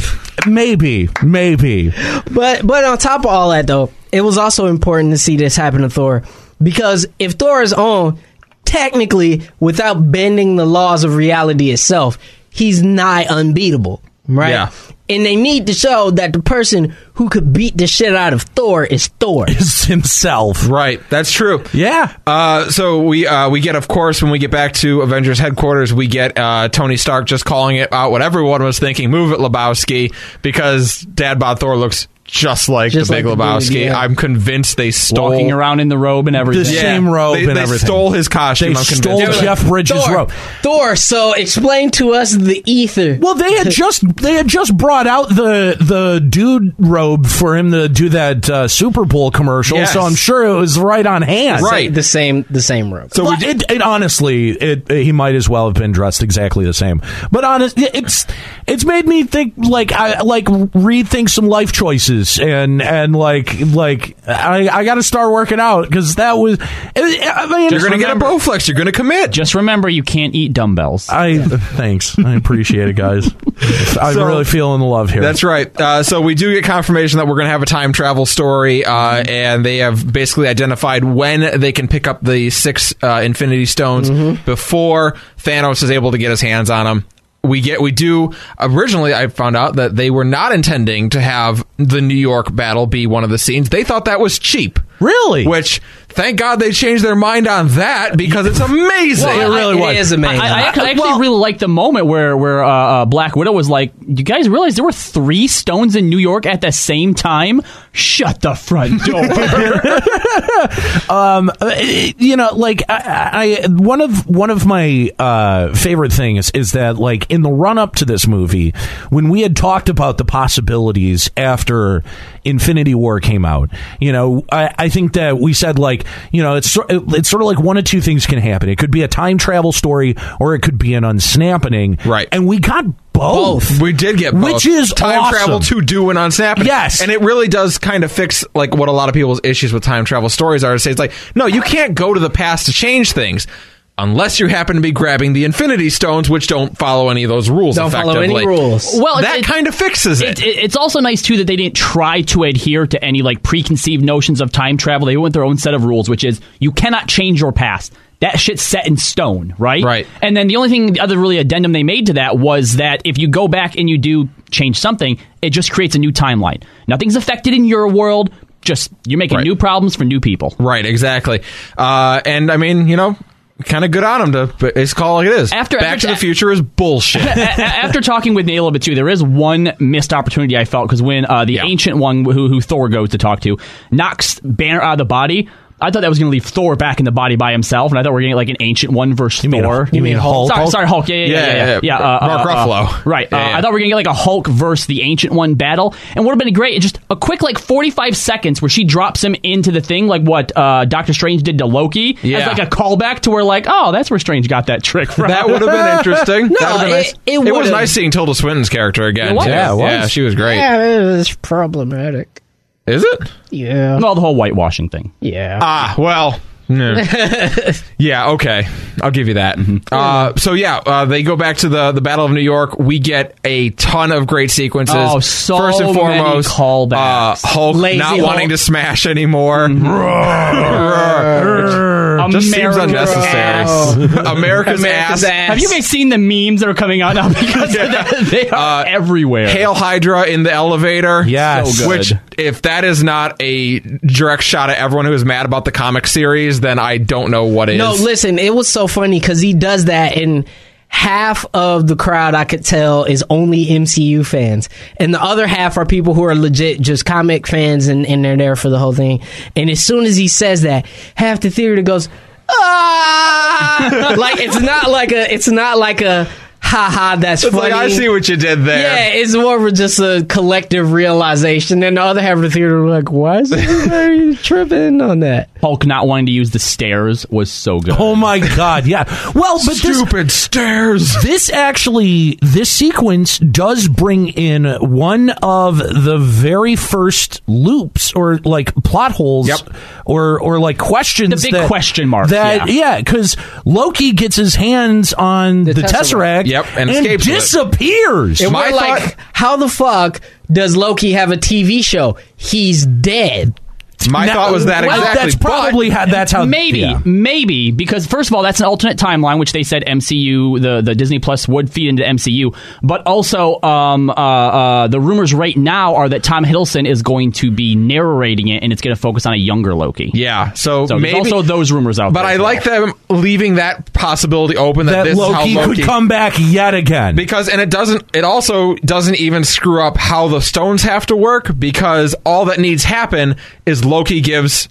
S4: maybe maybe
S5: but but on top of all that though, it was also important to see this happen to Thor because if Thor is on, technically, without bending the laws of reality itself, he's nigh unbeatable, right?
S3: Yeah.
S5: And they need to show that the person who could beat the shit out of Thor is Thor.
S4: it's himself.
S3: Right, that's true.
S4: Yeah,
S3: Uh, so we uh, we get, of course, when we get back to Avengers headquarters, we get uh, Tony Stark just calling it out what everyone was thinking. Move it, Lebowski, because Dad Bod Thor looks just like
S5: Just
S3: the Big
S5: like the
S3: Lebowski.
S5: dude, yeah.
S3: I'm convinced they stole
S2: walking around in the robe and everything.
S4: This-
S3: Yeah,
S4: Same robe
S3: They,
S4: and
S3: they
S4: everything.
S3: stole his costume.
S4: They
S3: I'm
S4: stole
S3: convinced.
S4: Jeff- Bridges
S5: Thor,
S4: rope.
S5: Thor. So explain to us the ether.
S4: Well, they had just they had just brought out the the dude robe for him to do that uh, Super Bowl commercial,
S3: Yes.
S4: so I'm sure it was right on hand.
S3: Right.
S5: the same the same rope.
S4: So it, it honestly, it, he might as well have been dressed exactly the same. But honest, it's it's made me think like I like rethink some life choices and and like like I, I got to start working out because that was I mean,
S3: You're gonna get a Bowflex. You're gonna commit.
S2: Just remember, you can't eat dumbbells.
S4: I thanks, I appreciate it, guys. I'm
S3: So-
S4: really feeling the love here.
S3: That's right. Uh, so we do get confirmation that we're going to have a time travel story, uh,
S4: Mm-hmm.
S3: and they have basically identified when they can pick up the six uh, Infinity Stones
S4: Mm-hmm.
S3: before Thanos is able to get his hands on them. We get we do originally. I found out that they were not intending to have the New York battle be one of the scenes. They thought that was cheap.
S4: Really?
S3: Which thank God they changed their mind on that because it's amazing.
S4: Well, it really
S5: I,
S4: was.
S5: It is amazing.
S2: I, I actually, I actually really liked the moment where where uh, uh, Black Widow was like, "You guys realize there were three stones in New York at the same time? Shut the front door."
S4: Uh, you know, like I, I one of one of my uh, favorite things is that like in the run up to this movie, when we had talked about the possibilities after Infinity War came out, you know, I, I I think that we said like you know it's sor- it's sort of like one of two things can happen. It could be a time travel story, or it could be an unsnappening.
S3: Right.
S4: and we got both.
S3: We did get both.
S4: which is
S3: time
S4: awesome.
S3: travel to do and unsnapping.
S4: Yes.
S3: and it really does kind of fix like what a lot of people's issues with time travel stories are. To say it's like, no, you can't go to the past to change things. Unless you happen to be grabbing the Infinity Stones, which don't follow any of those rules.
S5: Don't follow any
S3: effectively.
S5: rules.
S2: Well, it-
S3: that
S2: it-
S3: kind of fixes it.
S2: It, it- it's also nice too that they didn't try to adhere to any like preconceived notions of time travel. They went with their own set of rules, which is you cannot change your past. That shit's set in stone, right?
S3: Right.
S2: And then the only thing, the other really addendum they made to that was that if you go back and you do change something, it just creates a new timeline. Nothing's affected in your world. Just you're making
S3: Right.
S2: new problems for new people.
S3: Right, exactly. Uh, and I mean, you know, kind of good on him to. But it's called like it is.
S2: After-
S3: Back
S2: after-
S3: to the Future is bullshit.
S2: A- a- after talking with Nate a little bit too, there is one missed opportunity I felt because when uh, the
S3: Yeah.
S2: ancient one who, who Thor goes to talk to knocks Banner out of the body. I thought that was going to leave Thor back in the body by himself, and I thought we are getting like an ancient one versus
S4: mean
S2: Thor.
S4: Hulk- you mean Hulk?
S2: Sorry, sorry, Hulk. Yeah, yeah, yeah,
S3: Yeah,
S2: yeah. yeah,
S3: yeah, yeah.
S2: uh,
S3: Mark
S2: uh, uh,
S3: Ruffalo.
S2: right.
S3: Yeah,
S2: uh,
S3: yeah.
S2: I thought we were going to get like a Hulk versus the ancient one battle, and would have been great. Just a quick like forty-five seconds where she drops him into the thing, like what uh, Doctor Strange did to Loki, as
S3: Yeah.
S2: like a callback to where like, oh, that's where Strange got that trick from.
S3: that would have been interesting. that would've been
S5: it-
S3: nice.
S5: it
S3: was
S5: would've.
S3: nice seeing Tilda Swinton's character again.
S2: It was.
S3: too.
S2: Yeah,
S4: it was.
S3: yeah, she was great.
S5: Yeah, it's problematic.
S3: Is it?
S5: Yeah.
S2: Well, the whole whitewashing thing.
S5: Yeah.
S3: Ah, well. no. yeah, okay. I'll give you that. Uh, so yeah, uh, they go back to the the Battle of New York. We get a ton of great sequences.
S2: Oh, so
S3: First and
S2: many
S3: foremost,
S2: callbacks.
S3: Uh, Hulk
S5: Lazy
S3: not
S5: Hulk.
S3: wanting to smash anymore.
S4: Mm-hmm.
S3: Roar. Just seems
S2: America's
S3: unnecessary.
S2: ass.
S3: America's, ass.
S2: Have you guys seen the memes that are coming out now? Because of that? they are
S3: Uh,
S2: everywhere.
S3: Hail Hydra in the elevator.
S4: Yes. So good.
S3: Which, if that is not a direct shot at everyone who is mad about the comic series, then I don't know what is.
S5: No, listen, it was so funny because he does that and half of the crowd I could tell is only MCU fans. And the other half are people who are legit just comic fans and, and they're there for the whole thing. And as soon as he says that, half the theater goes, ah like it's not like a it's not like a ha ha that's
S3: It's
S5: funny.
S3: like, I see what you did there.
S5: yeah, it's more of just a collective realization, and the other half of the theater were like, "Why is everybody tripping on that?"
S2: Hulk not wanting to use the stairs was so good.
S4: Oh my god! Yeah. Well, but this,
S3: Stupid stairs.
S4: this actually this sequence does bring in one of the very first loops or like plot holes
S3: Yep.
S4: or or like questions
S2: The big
S4: that-
S2: question marks,
S4: that
S2: yeah.
S4: yeah because loki gets his hands on the,
S5: Tesseract.
S4: tesseract,
S3: Yep, and escapes with it.
S4: disappears
S5: And
S3: My
S5: we're like,
S3: thought-
S5: how the fuck does Loki have a TV show? He's dead.
S3: My
S4: Now-
S3: thought was that
S4: well,
S3: exactly.
S4: that's probably how that's how
S2: Maybe,
S4: yeah.
S2: maybe because first of all, that's an alternate timeline, which they said MCU, the, the Disney Plus would feed into MCU. But also, um, uh, uh, the rumors right now are that Tom Hiddleston is going to be narrating it, and it's going to focus on a younger Loki.
S3: yeah, so,
S2: So there's
S3: maybe.
S2: also those rumors out
S3: but
S2: there.
S3: I
S2: as well.
S3: like them leaving that possibility open that,
S4: that
S3: this
S4: loki
S3: is how Loki
S4: could come back yet again
S3: because and it doesn't it also doesn't even screw up how the stones have to work because all that needs happen is Loki gives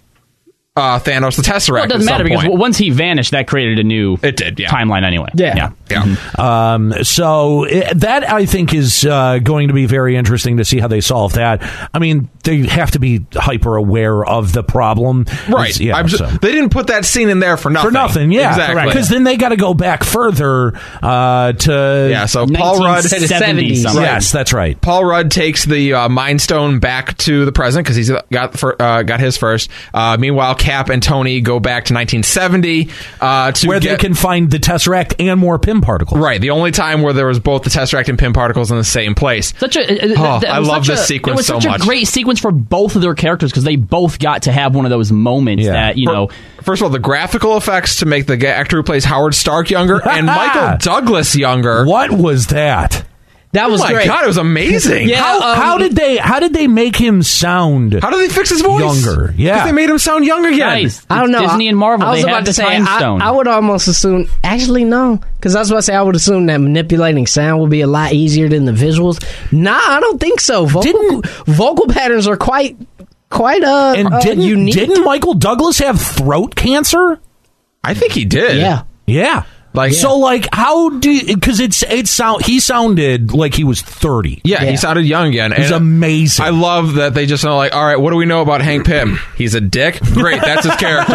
S3: uh, Thanos the Tesseract.
S2: Well, it doesn't
S3: at
S2: matter
S3: some
S2: because
S3: point.
S2: once he vanished, that created a new
S3: It did, yeah.
S2: timeline anyway.
S5: Yeah.
S3: Yeah.
S4: Um, so it, that I think is uh, going to be very interesting to see how they solve that. I mean, they have to be hyper aware of the problem,
S3: Right.
S4: It's- Yeah,
S3: I'm just,
S4: so-
S3: They didn't put that scene in there for nothing.
S4: for nothing, yeah,
S3: Exactly.
S4: Because then they got to go back further uh, to
S3: yeah, so Paul Rudd
S2: 1970
S5: 70s,
S2: something.
S4: yes, that's right.
S3: Paul Rudd takes the uh, Mind Stone back to the present because he's got the fir- uh, got his first. Uh, meanwhile, Cap and Tony go back to 1970 uh, to
S4: Where
S3: get-
S4: they can find the tesseract and more pin particles.
S3: right the only time where there was both the Tesseract and Pin particles in the same place.
S2: Such a, uh, it- it-
S3: Oh,
S2: it
S3: I
S2: was
S3: love
S2: such
S3: this
S2: a-
S3: sequence
S2: It was
S3: so
S2: such
S3: much.
S2: a great sequence for both of their characters because they both got to have one of those moments
S4: Yeah.
S2: that you
S3: Fir-
S2: know.
S3: First of all, the graphical effects to make the g- actor who plays Howard Stark younger and Michael Douglas younger.
S4: What was that?
S5: That was
S3: Oh my
S5: great.
S3: god, it was amazing.
S5: Yeah,
S3: How,
S4: How,
S5: um,
S4: how did they? How did they make him sound?
S3: how do they fix his voice?
S4: Younger, yeah.
S3: 'Cause they made him sound young again.
S2: Guys,
S5: I don't
S2: it's
S5: know.
S2: Disney and Marvel.
S5: I was
S2: they have
S5: about to
S2: the
S5: say.
S2: time
S5: I,
S2: stone.
S5: I would almost assume. Actually, no, because I was about to say I would assume that manipulating sound would be a lot easier than the visuals. Nah, I don't think so. Vocal,
S4: Didn't-
S5: vocal patterns are quite quite uh,
S4: and
S5: uh,
S4: didn't
S5: unique.
S4: didn't Michael Douglas have throat cancer?
S3: I think he did.
S5: yeah.
S4: Yeah.
S3: Like
S4: So like how do you cuz it's it sound he sounded like he was 30.
S3: Yeah,
S5: Yeah.
S3: he sounded young again.
S4: He's
S3: and uh,
S4: amazing.
S3: I love that they just know, like, all right, what do we know about Hank Pym? He's a dick. Great, that's his character,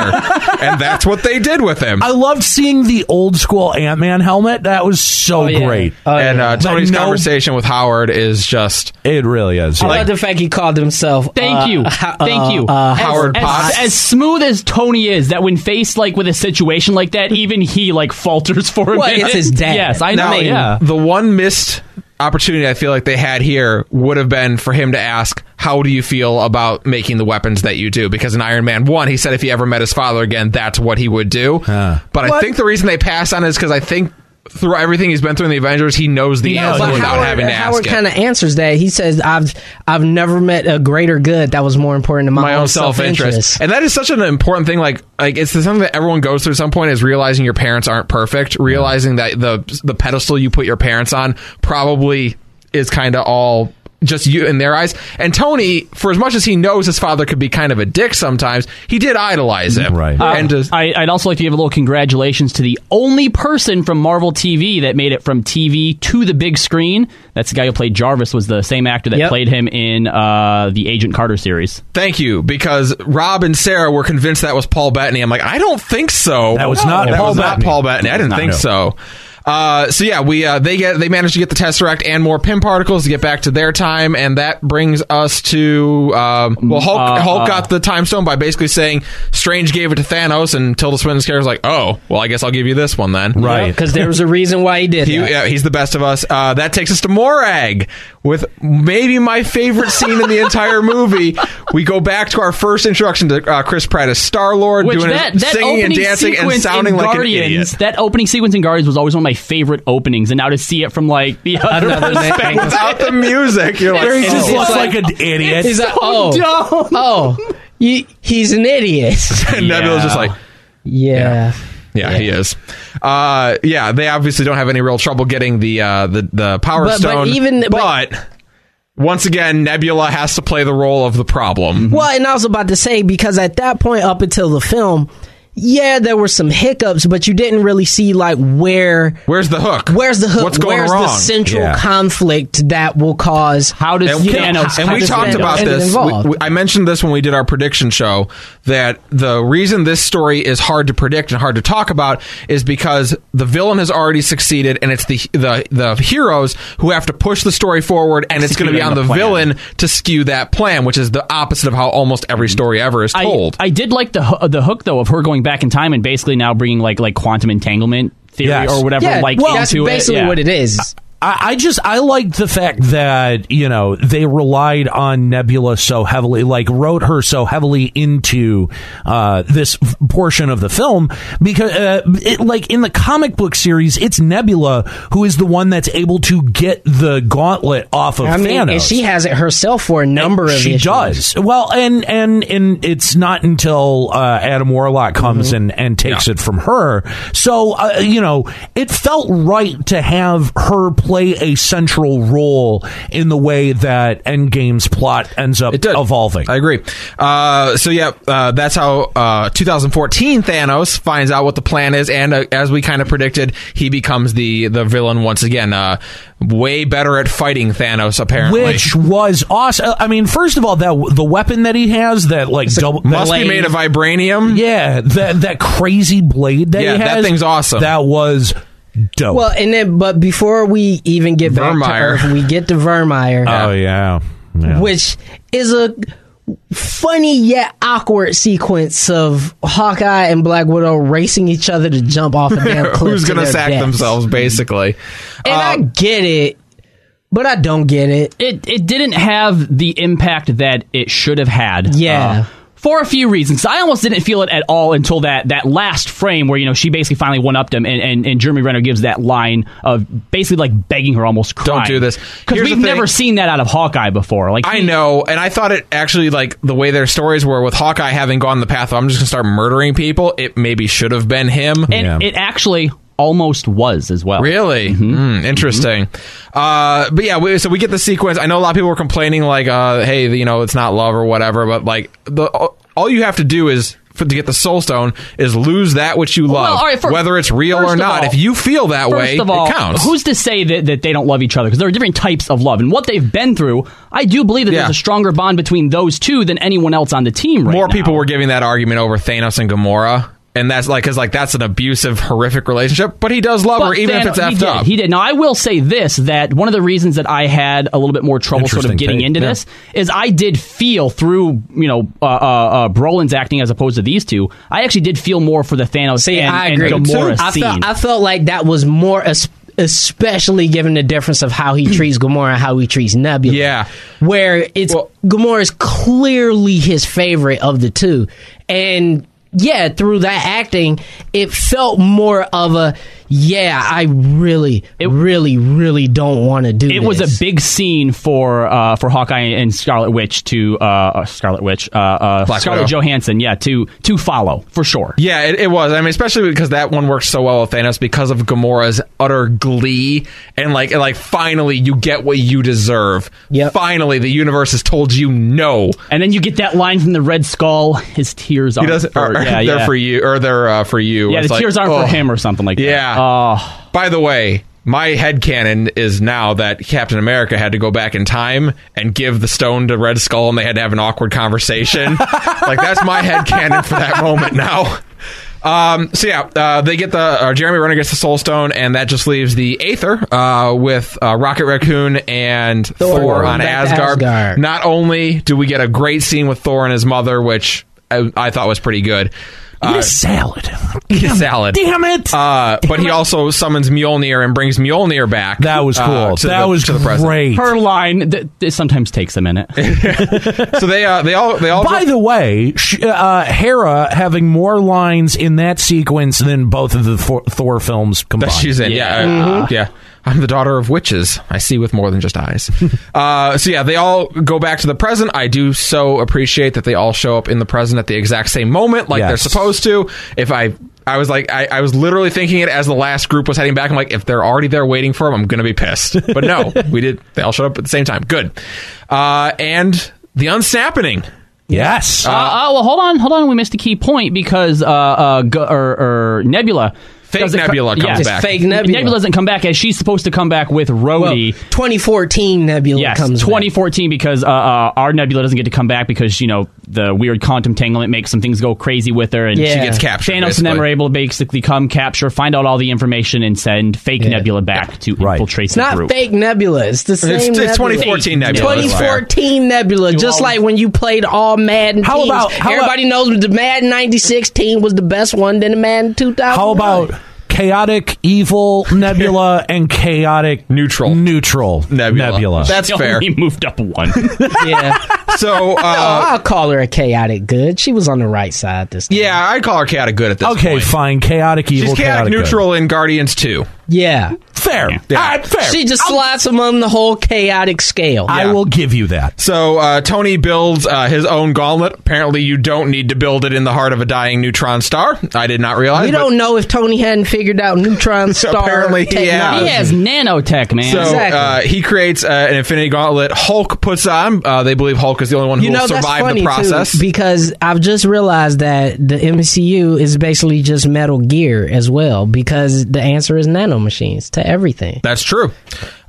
S3: and that's what they did with him.
S4: I loved seeing the old school Ant-Man helmet. That was so great.
S3: and Oh, uh, Tony's
S4: Like, no-
S3: conversation with Howard is just
S4: It really is.
S5: I love the fact he called himself.
S2: Thank
S5: uh,
S2: you.
S5: ho-
S2: Thank
S5: uh,
S2: you.
S5: uh,
S2: As-
S3: Howard
S2: as,
S3: Potts.
S2: As smooth as Tony is, that when faced like with a situation like that, even he like falters for a
S5: Well,
S2: minute.
S5: it's his dad.
S2: Yes, I know.
S5: Now-
S2: yeah.
S3: the one missed opportunity I feel like they had here would have been for him to ask, "How do you feel about making the weapons that you do?" Because in Iron Man One, he said if he ever met his father again, that's what he would do. But I think the reason they passed on is because I think through everything he's been through in the Avengers, he knows the
S5: No,
S3: answer
S5: but
S3: without
S5: Howard,
S3: having to ask
S5: Howard
S3: it.
S5: kind of answers that. He says, "I've I've never met a greater good that was more important to my,
S3: my own self interest. And that is such an important thing. Like, like it's something that everyone goes through at some point is realizing your parents aren't perfect, realizing that the the pedestal you put your parents on probably is kind of all just you in their eyes. And Tony, for as much as he knows his father could be kind of a dick sometimes, he did idolize him.
S4: Right.
S3: And uh, just,
S2: Uh, I, I'd also like to give a little congratulations to the only person from Marvel TV that made it from TV to the big screen. That's the guy who played Jarvis. Was the same actor that
S5: Yep.
S2: played him in uh, the Agent Carter series.
S3: thank you because Rob and Sarah were convinced that was Paul Bettany. I'm like, I don't think so.
S4: That was not
S3: That
S4: Paul
S3: was not
S4: Bettany.
S3: Paul Bettany. I didn't
S4: not,
S3: think
S4: no.
S3: so. Uh, so yeah, we uh, they get they managed to get the tesseract and more pin particles to get back to their time, and that brings us to um, well, Hulk
S4: Uh,
S3: Hulk got the time stone by basically saying Strange gave it to Thanos, and Tilda Swinton's character's like, oh, well, I guess I'll give you this one then,
S4: right.
S5: because there was a reason why he did
S3: He,
S5: that.
S3: yeah, he's the best of us. Uh, that takes us to Morag with maybe my favorite scene in the entire movie. We go back to our first introduction to uh, Chris Pratt as Star Lord,
S2: Which
S3: doing
S2: that,
S3: his
S2: that
S3: singing and
S2: opening
S3: dancing
S2: sequence
S3: and sounding
S2: in
S3: like an idiot.
S2: Guardians, that opening sequence in Guardians was always one of my favorite openings, and now to see it from like the other perspective,
S3: Without the music, you're like,
S4: Where he
S3: oh.
S4: just
S5: It's
S4: looks
S5: like-
S4: like, an idiot.
S5: He's like, oh,
S2: dumb.
S5: oh, you, he's an idiot.
S3: and Nebula's just like,
S5: yeah.
S3: yeah, he is. Uh, yeah, they obviously don't have any real trouble getting the uh, the the power
S5: But- but
S3: stone.
S5: even-
S3: but,
S5: but-
S3: once again, Nebula has to play the role of the problem.
S5: Well, and I was about to say because at that point, up until the film, yeah, there were some hiccups, but you didn't really see like where.
S3: Where's the hook?
S5: Where's the hook?
S3: What's going
S5: Where's
S3: wrong?
S5: the central
S4: Yeah.
S5: conflict that will cause?
S2: How does
S3: And,
S5: you
S2: Thanos?
S5: know,
S3: and
S5: how
S3: we
S5: does
S3: talked
S5: Thanos
S3: about
S5: get
S3: this.
S5: involved?
S3: We- we- I mentioned this when we did our prediction show that the reason this story is hard to predict and hard to talk about is because the villain has already succeeded, and it's the the the heroes who have to push the story forward, and it's going to be
S2: Executing
S3: on
S2: the
S3: the,
S2: plan.
S3: villain to skew that plan, which is the opposite of how almost every story ever is told.
S2: I, I did like the ho- the hook though of her going back in time and basically now bringing like like quantum entanglement theory
S4: Yes.
S2: or whatever
S5: yeah,
S2: like
S5: well,
S2: into
S5: that's
S2: it.
S5: basically
S2: Yeah.
S5: what it is.
S4: I, I just I like the fact that you know they relied on Nebula so heavily, like wrote her so heavily into uh, this f- portion of the film because, uh, it, like in the comic book series, it's Nebula who is the one that's able to get the gauntlet off of
S5: I mean,
S4: Thanos.
S5: and she has it herself for a number of
S4: she
S5: issues.
S4: does well, and and and it's not until uh, Adam Warlock comes
S3: Mm-hmm.
S4: and and takes it from her. So uh, you know, it felt right to have her play a central role in the way that Endgame's plot ends up
S3: It did.
S4: evolving.
S3: I agree. Uh, so yeah, uh, that's how uh, 2014 Thanos finds out what the plan is, and uh, as we kind of predicted, he becomes the the villain once again. Uh, way better at fighting Thanos, apparently.
S4: which was awesome. I mean, first of all, that the weapon that he has, that like double,
S3: must be made of vibranium.
S4: yeah, that that crazy blade that
S3: Yeah,
S4: he
S3: that
S4: has,
S3: thing's awesome.
S4: That was dope.
S5: Well, and then, but before we even get back
S3: Vermeer. Uh,
S5: to Earth, we get to Vermeer,
S4: oh yeah, yeah.
S5: which is a funny yet awkward sequence of Hawkeye and Black Widow racing each other to jump off a damn cliff.
S3: Who's
S5: to
S3: gonna
S5: their
S3: sack
S5: deaths.
S3: themselves, basically? Uh,
S5: And I get it, but I don't get it.
S2: it it didn't have the impact that it should have had.
S5: Yeah.
S2: uh, for a few reasons, I almost didn't feel it at all until that, that last frame where you know she basically finally one upped him, and, and, and Jeremy Renner gives that line of basically like begging her, almost crying.
S3: do this.
S2: because
S3: Here's
S2: we've
S3: the thing.
S2: never seen that out of Hawkeye before. Like
S3: I
S2: he-
S3: know, and I thought it actually like the way their stories were with Hawkeye having gone the path of I'm just gonna start murdering people. It maybe should have been him.
S2: and
S4: Yeah.
S2: it actually almost was as well.
S3: Really? Mm, interesting. Uh, but yeah, we, so we get the sequence. I know a lot of people were complaining, like, uh, "Hey, you know, it's not love or whatever." But like, the all you have to do is for, to get the soul stone is lose that which you love,
S2: all right, fir-
S3: whether it's real
S2: first
S3: or
S2: of
S3: not.
S2: all-
S3: if you feel that way,
S2: First of all,
S3: it counts.
S2: who's to say that, that they don't love each other? Because there are different types of love, and what they've been through, I do believe that
S3: Yeah.
S2: there's a stronger bond between those two than anyone else on the team. Right
S3: More
S2: now.
S3: people were giving that argument over Thanos and Gamora, and that's like because like that's an abusive, horrific relationship. But he does love her,
S2: But
S3: even
S2: Thanos-
S3: if it's
S2: he
S3: effed
S2: did,
S3: up.
S2: He did. Now, I will say this: that one of the reasons that I had a little bit more trouble sort of
S4: Interesting
S2: getting
S4: take,
S2: into
S4: yeah.
S2: this is I did feel through, you know, uh, uh, uh, Brolin's acting as opposed to these two. I actually did feel more for the Thanos
S5: See,
S2: and,
S5: I agree.
S2: and Gamora
S5: I
S2: scene.
S5: felt I felt like that was more es- especially given the difference of how he treats Gamora and how he treats Nebula.
S3: Yeah.
S5: where it's
S3: Well-
S5: Gamora's clearly his favorite of the two, and yeah, through that acting, it felt more of a yeah, I really, really, really don't want to do.
S2: it was a big scene for uh, for Hawkeye and Scarlet Witch to uh, uh, Scarlet Witch uh, uh,
S3: Black
S2: Scarlet
S3: Widow.
S2: Johansson, yeah, to to follow for sure.
S3: Yeah, it, it was. I mean, especially because that one worked so well with Thanos because of Gamora's utter glee and like and like finally you get what you deserve.
S5: Yep.
S3: Finally, the universe has told you no.
S2: And then you get that line from the Red Skull: "His tears
S3: He
S2: aren't
S3: doesn't.
S2: for
S3: Or, or
S2: yeah,
S3: they're
S2: yeah.
S3: for you, or they're uh, for you.
S2: yeah,
S3: It's
S2: the
S3: like,
S2: tears aren't
S3: oh.
S2: for him or something like
S3: Yeah.
S2: that." Oh.
S3: By the way, my headcanon is now that Captain America had to go back in time and give the stone to Red Skull and they had to have an awkward conversation. like that's my headcanon for that moment now. Um, so yeah, uh, they get the uh, Jeremy Renner gets the Soul Stone, and that just leaves the Aether uh, with uh, Rocket Raccoon and Thor, on
S5: Back to
S3: Asgard.
S5: Asgard.
S3: Not only do we get a great scene with Thor and his mother, which I, I thought was pretty good,
S4: Eat a salad.
S3: salad.
S4: Damn it.
S3: uh, but he also summons Mjolnir and brings Mjolnir back.
S4: that was cool.
S3: uh, to
S4: that
S3: the-
S4: was
S3: to the present.
S4: great.
S2: Her line th- it sometimes takes a minute.
S3: So they uh, they all they all
S4: By the way, sh- uh, Hera having more lines in that sequence than both of the Thor, Thor films combined.
S3: that she's in. Yeah, I- uh,
S4: Mm-hmm.
S3: yeah. I'm the daughter of witches. I see with more than just eyes. uh, so yeah, they all go back to the present. I do so appreciate that they all show up in the present at the exact same moment, like they're
S4: Yes.
S3: supposed to. If I. I was like, I, I was literally thinking it as the last group was heading back. I'm like, if they're already there waiting for him, I'm gonna be pissed. But no, we did. They all showed up at the same time. Good. Uh, and the unsnapping.
S4: yes.
S2: Uh, oh, well, hold on, hold on. We missed a key point because uh, uh, G- or, or Nebula.
S3: Fake
S2: doesn't co-
S3: Nebula comes
S5: It's
S3: back.
S5: fake Nebula.
S2: doesn't come back as she's supposed to come back with
S5: well,
S2: Rhodey.
S5: 2014 Nebula
S2: yes,
S5: comes back.
S2: 2014 because uh, uh, our Nebula doesn't get to come back because you know the weird quantum tanglement makes some things go crazy with her, and
S5: Yeah. She
S3: gets captured,
S2: Thanos and them
S3: basically.
S2: are able to basically come capture, find out all the information, and send fake Nebula back to
S4: Right.
S2: infiltrate
S5: It's
S2: the
S5: not
S2: group.
S5: fake Nebula. It's the same.
S3: It's, it's
S5: Nebula.
S3: 2014 Nebula. that's fair.
S5: 2014 Nebula, just like when you played all Madden
S4: How
S5: teams.
S4: about- how
S5: Everybody knows the Madden 96 team was the best one than the Madden 2000.
S3: oh,
S4: How about chaotic evil Nebula and chaotic
S3: Neutral.
S4: neutral
S3: Nebula. That's
S2: She
S3: fair.
S2: only moved up one.
S5: Yeah.
S3: So uh,
S5: I'll call her a chaotic good. She was on the right side this time.
S3: yeah, I call her chaotic good at this
S4: okay,
S3: point.
S4: fine. Chaotic evil.
S3: She's chaotic
S4: good.
S3: neutral in Guardians 2.
S5: Yeah.
S4: Fair. All right, fair.
S5: She just slides among the whole chaotic scale.
S4: I will give you that.
S3: So uh, Tony builds uh, his own gauntlet. Apparently, you don't need to build it in the heart of a dying neutron star. I did not realize.
S5: we
S3: but-
S5: don't know if Tony hadn't figured out neutron star
S3: Apparently he has.
S5: technology.
S2: he has nanotech, man.
S3: So
S5: Exactly.
S3: uh, he creates uh, an Infinity Gauntlet. Hulk puts on. Uh, they believe Hulk is the only one who
S5: You know
S3: will
S5: that's
S3: survive
S5: funny
S3: the process.
S5: too, because I've just realized that the MCU is basically just Metal Gear as well because the answer is nanomachines to everything.
S3: That's true.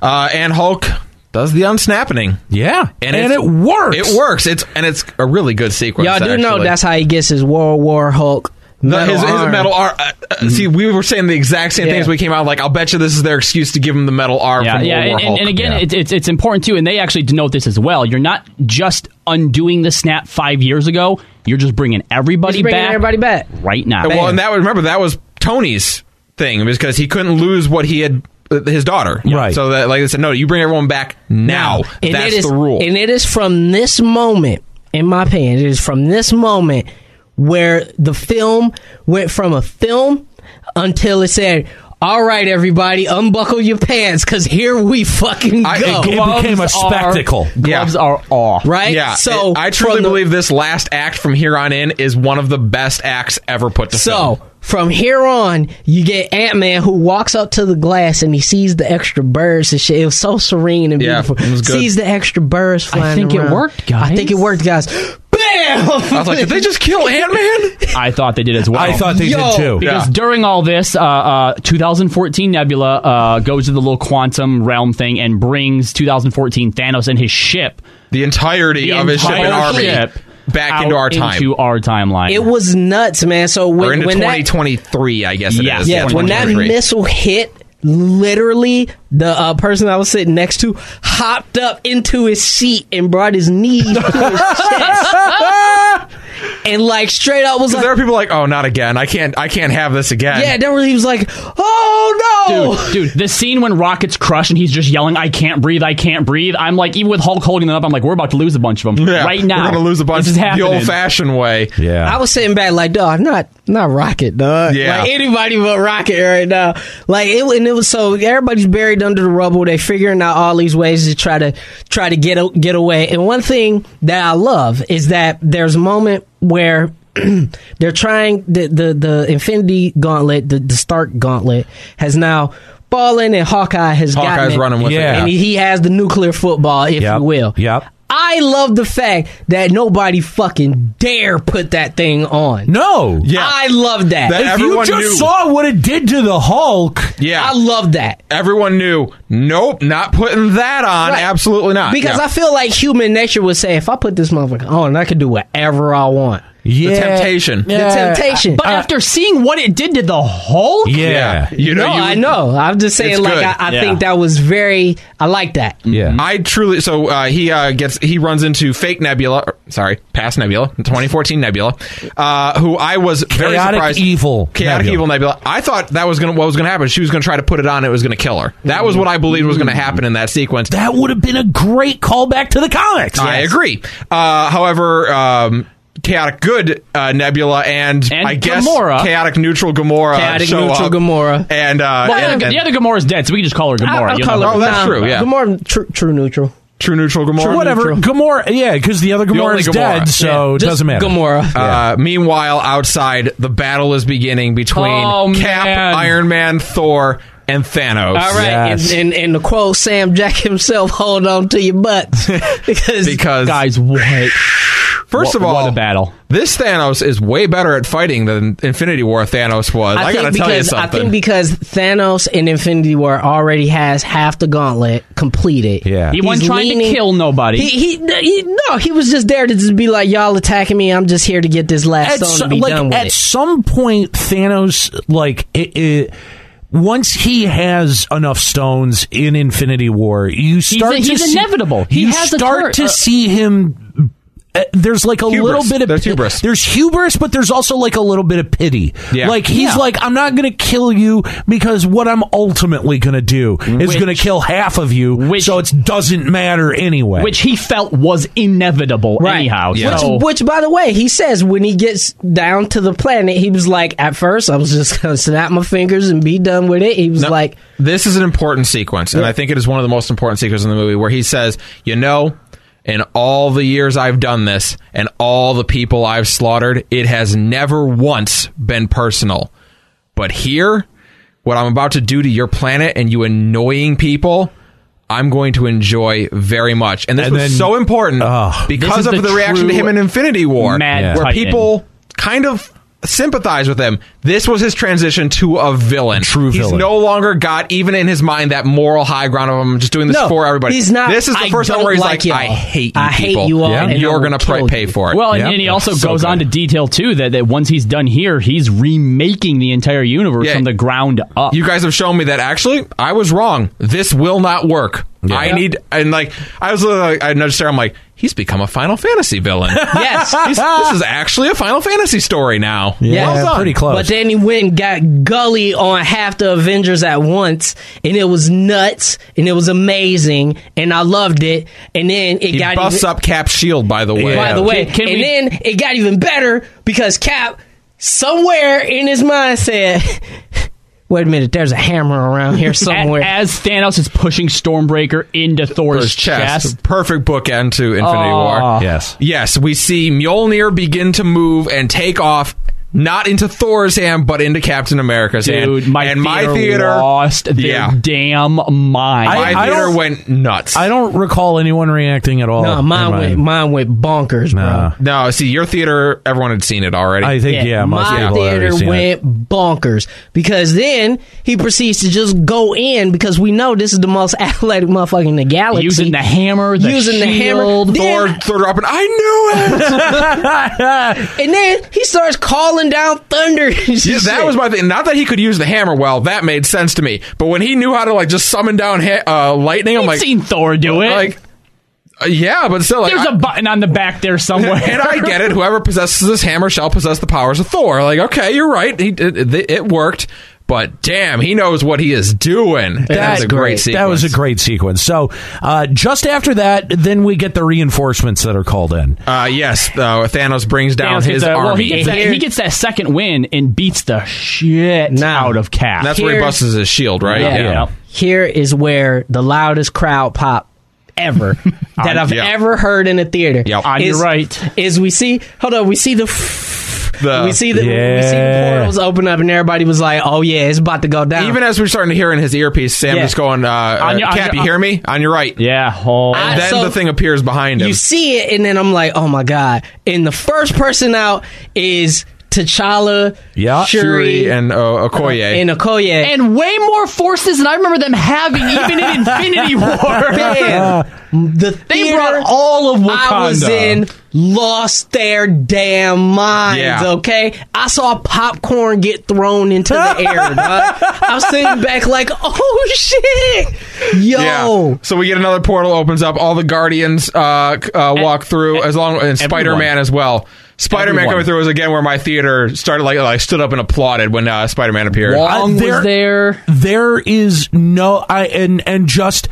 S3: Uh, and Hulk does the unsnapping.
S4: Yeah, and, it
S3: it's-
S4: works.
S3: It works. It's and it's a really good sequence.
S5: Y'all do know
S3: actually.
S5: that's how he gets his World War Hulk
S3: The-
S5: metal
S3: his, his
S5: arm.
S3: metal arm. Uh, uh, See, we were saying the exact same
S5: Yeah.
S3: things. We came out like, I'll bet you this is their excuse to give him the metal arm.
S2: yeah,
S3: from
S2: yeah,
S3: World War
S2: and, and,
S3: Hulk.
S2: and again,
S3: Yeah.
S2: it's it's it's important too, and they actually denote this as well. You're not just undoing the snap five years ago; you're just bringing everybody
S5: He's bringing
S2: back,
S5: everybody back.
S2: right now.
S3: well, and that was remember that was Tony's thing because he couldn't lose what he had uh, his daughter.
S4: Right.
S3: So that like I said, no, you bring everyone back now.
S5: And
S3: That's
S5: it is,
S3: the rule.
S5: And it is from this moment, in my opinion, it is from this moment where the film went from a film until it said, all right, everybody, unbuckle your pants because here we fucking go.
S3: I-
S4: It
S2: Gloves
S4: became a
S2: are-
S4: spectacle.
S2: gloves are off.
S5: right?
S3: yeah.
S5: So
S3: it- I truly
S5: from the-
S3: believe this last act from here on in is one of the best acts ever put to
S5: So
S3: film.
S5: from here on, you get Ant Man who walks up to the glass and he sees the extra birds and shit. It was so serene and
S3: Yeah,
S5: beautiful.
S3: it was good.
S5: Sees the extra birds flying.
S2: think it
S5: around.
S2: worked,
S5: I think it
S2: guys.
S5: worked, guys. Bam! Damn!
S3: I was like, did they just kill Ant Man?
S2: I thought they did as well.
S4: I thought they
S5: Yo.
S4: did too.
S3: Yeah.
S2: Because during all this, uh, uh, 2014 Nebula uh, goes to the little quantum realm thing and brings 2014 Thanos and his ship,
S3: The entirety
S2: the
S3: of his ship
S2: entire
S3: and army
S2: ship,
S3: back
S2: out
S3: into our time.
S2: into our timeline.
S5: It was nuts, man. So when,
S3: or into
S5: when that
S3: 2023, I guess it
S2: Yeah,
S3: is.
S2: yeah,
S5: yeah, when that
S3: 2023.
S5: missile hit, literally the uh, person I was sitting next to hopped up into his seat and brought his knees to his chest, and like straight up was
S3: 'Cause there
S5: like,
S3: are people like, oh, not again. I can't. I can't have this again.
S5: yeah. Then he was like, oh no.
S2: dude, dude, the scene when Rocket's crushed and he's just yelling, "I can't breathe, I can't breathe." I'm like, even with Hulk holding them up, I'm like, we're about to lose a bunch of them
S3: Yeah,
S2: right now.
S3: We're gonna lose a bunch
S2: This is
S3: the
S2: happening.
S3: old-fashioned way.
S4: Yeah.
S5: I was sitting back like, dog, not not Rocket, dog.
S3: Yeah.
S5: Like anybody but Rocket right now. Like it, and it was so everybody's buried under the rubble. They figuring out all these ways to try to try to get a- get away. And one thing that I love is that there's a moment where. they're trying the, the the Infinity Gauntlet, the, the Stark Gauntlet, has now fallen, and Hawkeye has gotten
S3: Hawkeye's
S5: it.
S3: running with
S4: Yeah.
S5: and
S3: it.
S5: he, he has the nuclear football, if
S4: Yep.
S5: you will.
S4: Yep.
S5: I love the fact that nobody fucking dare put that thing on.
S4: No.
S3: Yeah.
S5: I love that.
S3: That-
S4: If you
S3: Everyone
S4: just
S3: knew.
S4: saw what it did to the Hulk.
S3: Yeah,
S5: I love that.
S3: everyone knew. Nope, not putting that on.
S5: Right.
S3: Absolutely not.
S5: Because
S3: Uh, Yeah.
S5: I feel like human nature would say, if I put this motherfucker on, I can do whatever I want.
S4: Yeah.
S3: temptation.
S5: The temptation.
S3: Uh,
S2: But after seeing what it did to the Hulk,
S4: Yeah.
S3: you know,
S5: no,
S3: you,
S5: I know. I'm just saying,
S3: It's
S5: like,
S3: good.
S5: I, I
S2: Yeah.
S5: think that was very, I like that.
S4: Yeah.
S3: I truly so uh, he uh, gets he runs into fake Nebula, or, sorry, past Nebula, 2014 Nebula, uh, who I was very
S4: Chaotic
S3: surprised.
S4: evil
S3: chaotic
S4: Nebula.
S3: evil Nebula. I thought that was gonna what was gonna happen. She was gonna try to put it on. It was gonna kill her. That was what I believed was gonna happen in that sequence.
S4: That would have been a great callback to the comics.
S3: I agree. Uh, however, um, chaotic good uh, Nebula and,
S2: And
S3: I guess
S2: Gamora.
S3: chaotic neutral Gamora.
S5: Chaotic
S3: show
S5: neutral
S3: up.
S5: Gamora.
S3: and uh,
S2: Well, the
S3: and-
S2: other- the
S3: and
S2: other Gamora's dead, so we can just call her
S5: I,
S2: Gamora.
S5: I'll
S2: You
S5: call
S2: know,
S5: it
S3: Oh, that's
S5: nah,
S3: true, yeah.
S5: Gamora, true, true neutral.
S3: true neutral Gamora.
S4: Whatever. Gamora. Yeah, because the other Gamora
S3: only
S4: is
S3: Gamora.
S4: dead, so
S5: Yeah,
S4: Oh, it
S5: just
S4: doesn't matter.
S5: Gamora.
S3: Uh, meanwhile, outside, the battle is beginning between
S2: Oh,
S3: Cap,
S2: man.
S3: Iron Man, Thor, and Thanos.
S5: All right.
S4: Yes.
S5: And, and, and the quote, Sam Jack himself, hold on to your butts. because,
S3: Because
S2: guys, what?
S3: first
S2: what-
S3: of all,
S2: what a battle.
S3: This Thanos is way better at fighting than Infinity War Thanos was. I,
S5: I,
S3: gotta
S5: think
S3: tell you
S5: because I
S3: something.
S5: think because Thanos in Infinity War already has half the gauntlet completed.
S4: Yeah.
S2: He
S5: He's
S2: wasn't trying
S5: leaning-
S2: to kill nobody.
S5: He, he, he- no, he was just there to just be like, y'all attacking me. I'm just here to get this last
S4: at
S5: stone
S4: some,
S5: to be
S4: like,
S5: done with
S4: at
S5: it.
S4: some point, Thanos, like, it, it, once he has enough stones in Infinity War, you start to
S2: he's
S4: see,
S2: inevitable. He
S4: you
S2: has a
S4: start
S2: turn-
S4: to
S2: uh,
S4: see him. uh, There's like a
S3: Hubris.
S4: little bit of
S3: There's hubris.
S4: There's hubris, but there's also like a little bit of pity.
S3: Yeah.
S4: Like he's
S2: Yeah.
S4: like, I'm not going to kill you because what I'm ultimately going to do is
S2: Which-
S4: going to kill half of you,
S2: which-
S4: so it doesn't matter anyway.
S2: which he felt was inevitable
S5: Right.
S2: anyhow.
S3: Yeah.
S2: So,
S5: Which, which, by the way, he says when he gets down to the planet, he was like, at first, I was just going to snap my fingers and be done with it. He was
S3: No,
S5: like,
S3: this is an important sequence, and I think it is one of the most important sequences in the movie, where he says, "You know." In all the years I've done this and all the people I've slaughtered, it has never once been personal. But here, what I'm about to do to your planet and you annoying people, I'm going to enjoy very much. And this
S4: And
S3: was
S4: then-
S3: so important
S4: Ugh.
S3: because
S2: This
S3: of
S2: is
S3: the,
S2: the
S3: reaction to
S2: true
S3: him in Infinity War,
S2: Mad
S4: Yeah.
S3: where
S2: Titan.
S3: people kind of sympathize with him. This was his transition to a villain.
S4: True
S3: He's
S4: villain.
S3: no longer got even in his mind that moral high ground of I'm just doing this
S5: No,
S3: for everybody.
S5: he's not-
S3: This is the
S5: I
S3: first time
S5: don't
S3: where he's like,
S5: like y'all.
S3: I hate you.
S5: I hate
S3: people,
S5: you all, Yeah. and
S3: And
S5: I
S3: you're
S5: will
S3: gonna pr-
S5: kill
S3: pay
S5: you."
S3: for it.
S2: well, and,
S4: Yep.
S2: and he also
S4: So
S2: goes on to
S4: good.
S2: detail too that, that once he's done here, he's remaking the entire universe
S3: Yeah.
S2: from the ground up.
S3: you guys have shown me that actually I was wrong. This will not work. I need and like I was literally like I noticed Sarah. I'm like he's become a Final Fantasy villain.
S5: yes.
S3: He's- this is actually a Final Fantasy story now.
S4: yeah,
S5: Well
S4: pretty close.
S5: But then he went and got Gully on half the Avengers at once, and it was nuts, and it was amazing, and I loved it. And then it
S3: He
S5: got
S3: busts
S5: even,
S3: up Cap's shield. By the way,
S5: by the way,
S2: Can- can
S5: and
S2: we-
S5: then it got even better because Cap, somewhere in his mind, said, "Wait a minute, there's a hammer around here
S2: A-
S5: somewhere."
S2: As Thanos is pushing Stormbreaker into Thor's
S3: Thor's chest.
S2: chest,
S3: Perfect bookend to Infinity
S2: Aw.
S3: War.
S4: yes.
S3: Yes, we see Mjolnir begin to move and take off. not into Thor's hand, but into Captain America's
S2: Dude,
S3: hand.
S2: my
S3: and
S2: theater
S3: my theater,
S2: lost their
S3: Yeah.
S2: damn mind.
S4: I-
S3: my
S4: don't-
S3: theater went nuts.
S4: I don't recall anyone reacting at all.
S5: No, mine
S4: in
S5: went mine went bonkers, bro.
S4: Oh, Nah.
S3: no, see, your theater, everyone had seen it already.
S4: I think yeah, most
S5: my
S4: people have
S5: theater
S4: seen it.
S5: went bonkers because then he proceeds to just go in because we know this is the most athletic motherfucker in the galaxy.
S2: using the hammer, the
S5: Using the hammer.
S2: shield.
S3: Thor,
S5: Then-
S3: Thor dropping. I knew it.
S5: and then he starts calling down thunder. and
S3: Yeah,
S5: shit.
S3: that was my thing. Not that he could use the hammer well, that made sense to me. But when he knew how to like just summon down ha- uh, lightning, I'm
S2: I've
S3: like,
S2: seen Thor do it.
S3: like, uh, yeah, but still, like,
S2: There's
S3: I-
S2: a button on the back there somewhere.
S3: and I get it. Whoever possesses this hammer shall possess the powers of Thor. Like, okay, you're right. He it, it, it worked, but damn, he knows what he is doing. That, was a great sequence.
S4: That was a great sequence. So, uh, just after that, then we get the reinforcements that are called in.
S3: Uh, yes, uh, Thanos brings down
S2: Thanos gets
S3: his
S2: a-
S3: army.
S2: well, he gets, that, he gets that second win and beats the shit
S5: Now.
S2: out of Cap.
S3: That's where he
S5: here-
S3: busts his shield, right?
S2: yeah.
S4: yeah.
S5: Here is where the loudest crowd pop ever that I've
S3: yeah.
S5: ever heard in a theater.
S3: Yep.
S2: On your
S5: Is-
S2: right.
S5: Is we see hold on, we see the f-
S3: The-
S5: we see the we see the
S4: Yeah.
S5: portals open up and everybody was like, "Oh yeah, it's about to go down."
S3: Even as we're starting to hear in his earpiece, Sam
S5: Yeah.
S3: just going, uh, uh,
S2: your- on
S3: Cap,
S2: your-
S3: you hear me? On your right.
S2: Yeah. Oh.
S5: I-
S3: And then
S5: so-
S3: the thing appears behind him.
S5: you see it, and then I'm like, oh my god! And the first person out is T'Challa,
S4: Yeah.
S5: Shuri,
S3: Shuri and uh, Okoye.
S5: and Okoye.
S2: and way more forces than I remember them having even in Infinity War.
S5: Uh, Man, the
S2: They
S5: theater
S2: brought all of Wakanda.
S5: I was in lost their damn minds.
S3: Yeah.
S5: Okay, I saw popcorn get thrown into the air. dog. I was sitting back like, oh shit, yo.
S3: yeah. So we get another portal opens up. All the Guardians uh, c- uh, walk through as long and Spider Man as well. Spider Man
S2: e-, Everyone.
S3: coming through was again where my theater started like I stood up and applauded when uh, Spider Man appeared.
S2: Wong
S4: Uh, there-
S2: was there.
S4: There is no I and and just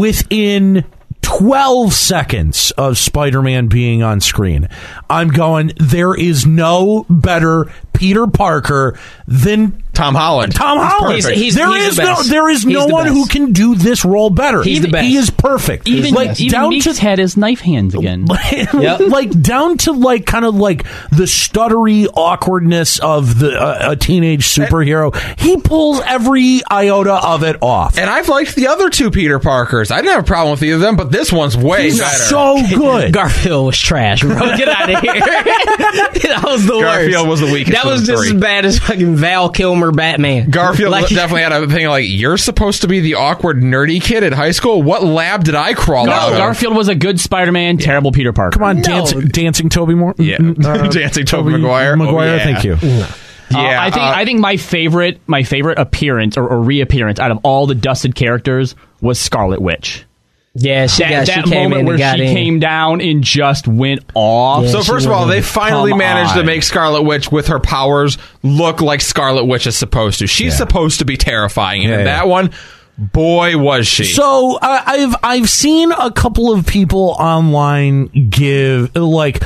S4: within 12 seconds of Spider-Man being on screen. I'm going there is no better Peter Parker than
S3: Tom Holland.
S4: Tom Holland. There
S5: perfect.
S4: is
S5: He's- he's the
S4: no
S5: best.
S4: there is
S5: He's
S4: no
S5: the
S4: one who
S5: best.
S4: can do this role better.
S5: He's the best.
S4: He is perfect.
S2: Even
S4: like
S2: even
S4: down
S2: Meeks
S4: to
S2: had his knife hands again.
S5: Yep.
S4: like down to like kind of like the stuttery awkwardness of the uh, a teenage superhero. He pulls every iota of it off.
S3: And I've liked the other two Peter Parkers. I didn't have a problem with either of them, but this one's way
S4: He's
S3: better.
S4: so good.
S5: Garfield was trash, bro. Get out of here. that was the worst.
S3: Garfield was the weakest
S5: That
S3: of
S5: was
S3: the
S5: just
S3: three.
S5: as bad as fucking Val Kilmer Batman.
S3: Garfield
S5: Like-
S3: definitely had a thing like you're supposed to be the awkward nerdy kid at high school. What lab did I crawl out
S2: No,
S3: of?
S2: Garfield was a good Spider-Man, terrible Peter Parker.
S4: Come on, dancing, dancing Toby Moore. Mm,
S3: Yeah. Dancing Tobey Maguire. Oh,
S4: Uh, Maguire,
S3: yeah.
S4: thank you.
S2: Uh,
S3: Yeah,
S2: I think
S3: uh,
S2: I think my favorite my favorite appearance or, or reappearance out of all the dusted characters was Scarlet Witch.
S5: yeah, she,
S2: That,
S5: got,
S2: that
S5: she came
S2: moment
S5: in
S2: where
S5: and got
S2: she
S5: in.
S2: came down and just went off.
S5: Yeah.
S3: So
S5: she
S3: first of all,
S5: wouldn't
S3: they
S5: have
S3: finally
S2: come
S3: managed to
S2: on.
S3: make Scarlet Witch with her powers look like Scarlet Witch is supposed to. She's supposed to be terrifying, and
S4: Yeah,
S3: in
S4: yeah.
S3: that one, boy was she.
S4: So I I've I've seen a couple of people online give like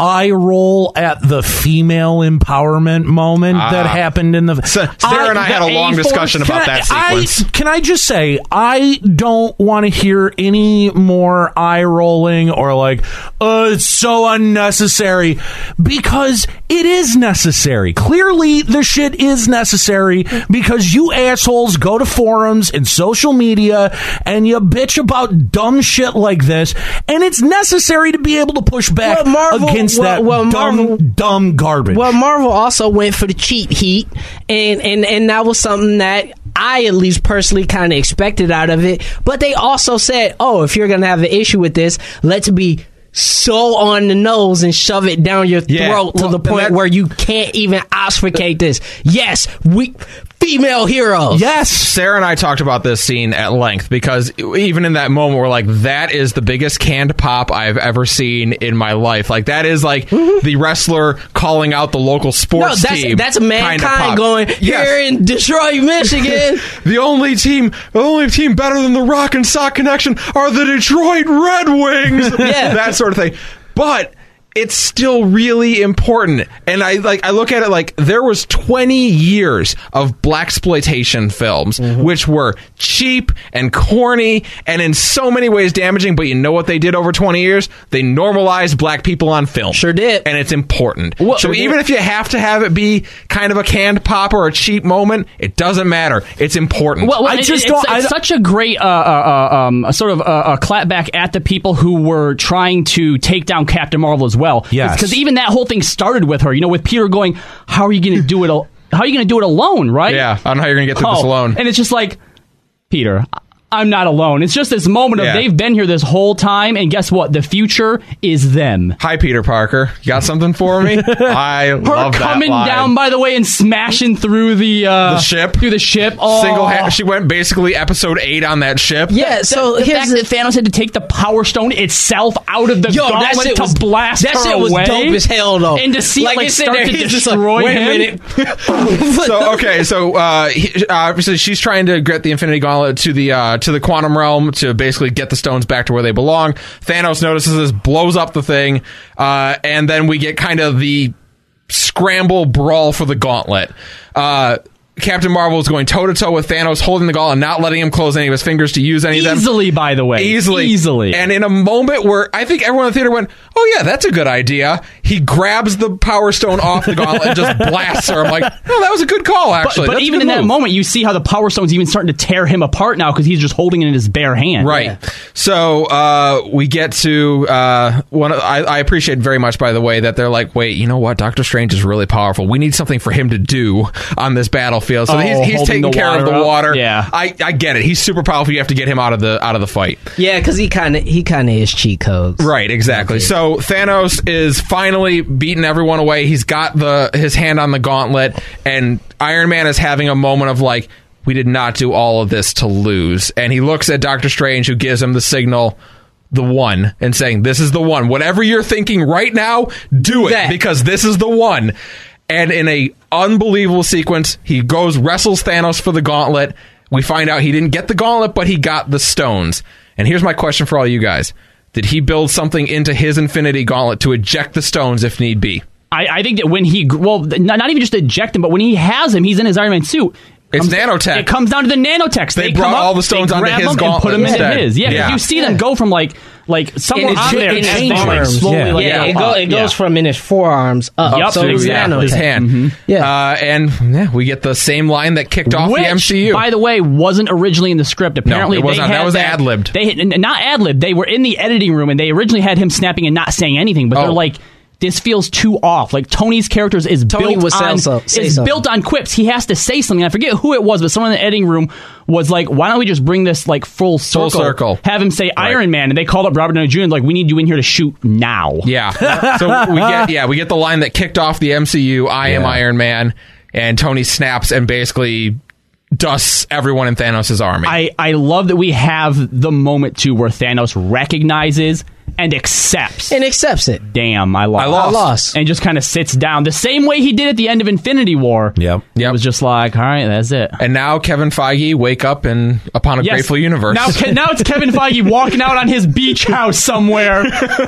S4: eye roll at the female empowerment moment that happened in the.
S3: So Ah. Sarah and I had a long
S2: A4
S3: discussion about that
S4: I-
S3: sequence.
S4: can I just say I don't want to hear any more eye rolling or like, "Oh, it's so unnecessary," because it is necessary. Clearly, the shit is necessary because you assholes go to forums and social media and you bitch about dumb shit like this, and it's necessary to be able to push back
S5: Well, Marvel-
S4: against
S5: well,
S4: that
S5: well,
S4: dumb,
S5: Marvel-
S4: dumb garbage.
S5: Well, Marvel also went for the cheat heat, and and and that was something that I at least personally kind of expected out of it. But they also said, "Oh, if you're gonna have an issue with this, let's be." So on the nose and shove it down your
S3: Yeah.
S5: throat to
S3: Well,
S5: the
S3: and
S5: point
S3: that-
S5: where you can't even obfuscate this. Yes, we female heroes.
S4: yes.
S3: Sarah and I talked about this scene at length because even in that moment, we're like, that is the biggest canned pop I've ever seen in my life. Like that is like the wrestler calling out the local
S5: Mm-hmm. no,
S3: sports
S5: that's
S3: team.
S5: that's
S3: kinda
S5: mankind
S3: pop.
S5: going here
S3: Yes.
S5: in Detroit, Michigan.
S3: The only team, the only team better than the Rock and Sock Connection are the Detroit Red Wings.
S5: Yeah.
S3: that sort of thing. But it's still really important. And I like I look at it like there was 20 years of black exploitation films
S5: Mm-hmm.
S3: which were cheap and corny and in so many ways damaging, but you know what they did over 20 years? They normalized black people on film.
S5: Sure did.
S3: And it's important.
S5: Well,
S3: so
S5: sure did.
S3: even if you have to have it be kind of a canned pop or a cheap moment, it doesn't matter. It's important.
S2: Well, well,
S4: I
S2: it- it's,
S4: just don't-
S2: it's
S4: I don't-
S2: such a great uh, uh, uh, um, a sort of uh, a clapback at the people who were trying to take down Captain Marvel as well.
S4: Yes.
S2: because even that whole thing started with her. You know, with Peter going, "How are you going to do it? Al- how are you going to do it alone?" Right?
S3: yeah, I don't know how you're going to get through
S2: Oh,
S3: this alone.
S2: And it's just like, Peter, I- I'm not alone. It's just this moment
S3: Yeah.
S2: of they've been here this whole time, and guess what? The future is them.
S3: Hi, Peter Parker. You got something for me? I
S2: Her
S3: love that
S2: coming
S3: line.
S2: down, by the way, and smashing through the, uh,
S3: The ship?
S2: through the ship. Oh.
S3: single. Ha- she went basically episode eight on that ship.
S5: Yeah, so
S2: the
S5: here's
S2: fact that Thanos had to take the Power Stone itself out of the
S5: Yo, that
S2: gauntlet
S5: shit
S2: to
S5: was-
S2: blast
S5: that
S2: her
S5: shit was
S2: away,
S5: dope as hell, though.
S2: And to see like,
S5: Like,
S2: like
S5: it's in
S2: start
S5: there,
S2: to
S5: he's just like,
S2: destroy
S5: wait a
S2: him.
S5: minute.
S3: So okay, so uh, he, obviously she's trying to get the Infinity Gauntlet to the uh, to the quantum realm to basically get the stones back to where they belong. Thanos notices this, blows up the thing, uh, and then we get kind of the scramble brawl for the gauntlet. Uh, Captain Marvel is going toe to toe with Thanos, holding the gauntlet, not letting him close any of his fingers to use any of them.
S2: Easily, by the way,
S3: easily,
S2: easily,
S3: And in a moment where I think everyone in the theater went, "Oh yeah, that's a good idea," he grabs the power stone off the gauntlet and just blasts her. I'm like, "No, that was a good call, actually."
S2: but
S3: That's a
S2: even
S3: good
S2: in that
S3: move."
S2: moment, you see how the Power Stone's even starting to tear him apart now because he's just holding it in his bare hand.
S3: Right. So uh, we get to uh, one. Of, I, I appreciate very much, by the way, that they're like, wait, you know what? Doctor Strange is really powerful. We need something for him to do on this battlefield. So
S2: Oh,
S3: he's, he's
S2: holding
S3: taking
S2: the
S3: care of
S2: water
S3: the
S2: up?
S3: water.
S2: Yeah.
S3: I, I get it. He's super powerful. You have to get him out of the out of the fight.
S5: yeah, because he kind of he kind of is cheat codes.
S3: Right, exactly. So Thanos is finally beating everyone away. He's got the his hand on the gauntlet, and Iron Man is having a moment of like, we did not do all of this to lose. And he looks at Doctor Strange, who gives him the signal, the one, and saying, "This is the one. Whatever you're thinking right now, do it
S5: That.
S3: because this is the one." And in a unbelievable sequence, he goes wrestles Thanos for the gauntlet. We find out he didn't get the gauntlet, but he got the stones. And here's my question for all you guys: Did he build something into his Infinity Gauntlet to eject the stones if need be?
S2: I, I think that when he gr- well, th- not, not even just eject him, but when he has him, he's in his Iron Man suit.
S3: It's
S2: Comes-
S3: nanotech.
S2: It comes down to the nanotech.
S3: They
S2: come
S3: brought
S2: up,
S3: all the stones
S2: they
S3: onto
S2: grab
S3: his
S2: them and put
S3: gauntlet
S2: them into
S3: instead.
S2: his. Yeah, 'cause
S3: Yeah.
S2: you see them go from like like somewhere
S5: his-
S2: on there,
S5: in
S2: and
S5: his
S2: then like
S5: arms,
S2: slowly
S4: yeah.
S2: like
S5: Yeah, it,
S2: up.
S5: go, it
S2: Yeah.
S5: goes from in his forearms up.
S2: Yup,
S5: so it's
S2: exactly.
S5: nanotech.
S3: his hand.
S5: Yeah.
S3: Uh, and yeah, we get the same line that kicked off
S2: Which,
S3: the MCU.
S2: by the way, wasn't originally in the script. Apparently,
S3: it was
S2: they
S3: not.
S2: had
S3: That was ad-libbed.
S2: They had- n- not ad lib. They were in the editing room, and they originally had him snapping and not saying anything. But
S3: Oh.
S2: they're like, this feels too off. Like Tony's character is
S5: Tony
S2: built
S5: would say
S2: on
S5: so- say
S2: is
S5: something.
S2: built on quips. He has to say something. I forget who it was, but someone in the editing room was like, "Why don't we just bring this like full circle?
S3: circle.
S2: Have him say Iron Man." And they called up Robert Downey Jr. and like, "We need you in here to shoot now."
S3: Yeah. So we get yeah we get the line that kicked off the MCU. I am Iron Man, and Tony snaps and basically dusts everyone in Thanos' army.
S2: I, I love that we have the moment too where Thanos recognizes and accepts.
S5: and accepts it.
S2: Damn, I lost.
S3: I lost. I
S5: lost.
S2: And just kind of sits down the same way he did at the end of Infinity War.
S4: Yep.
S2: It
S3: Yep.
S2: was just like, all right, that's it.
S3: and now Kevin Feige wake up and upon a
S2: Yes.
S3: grateful universe.
S2: Now, Ke- now it's Kevin Feige walking out on his beach house somewhere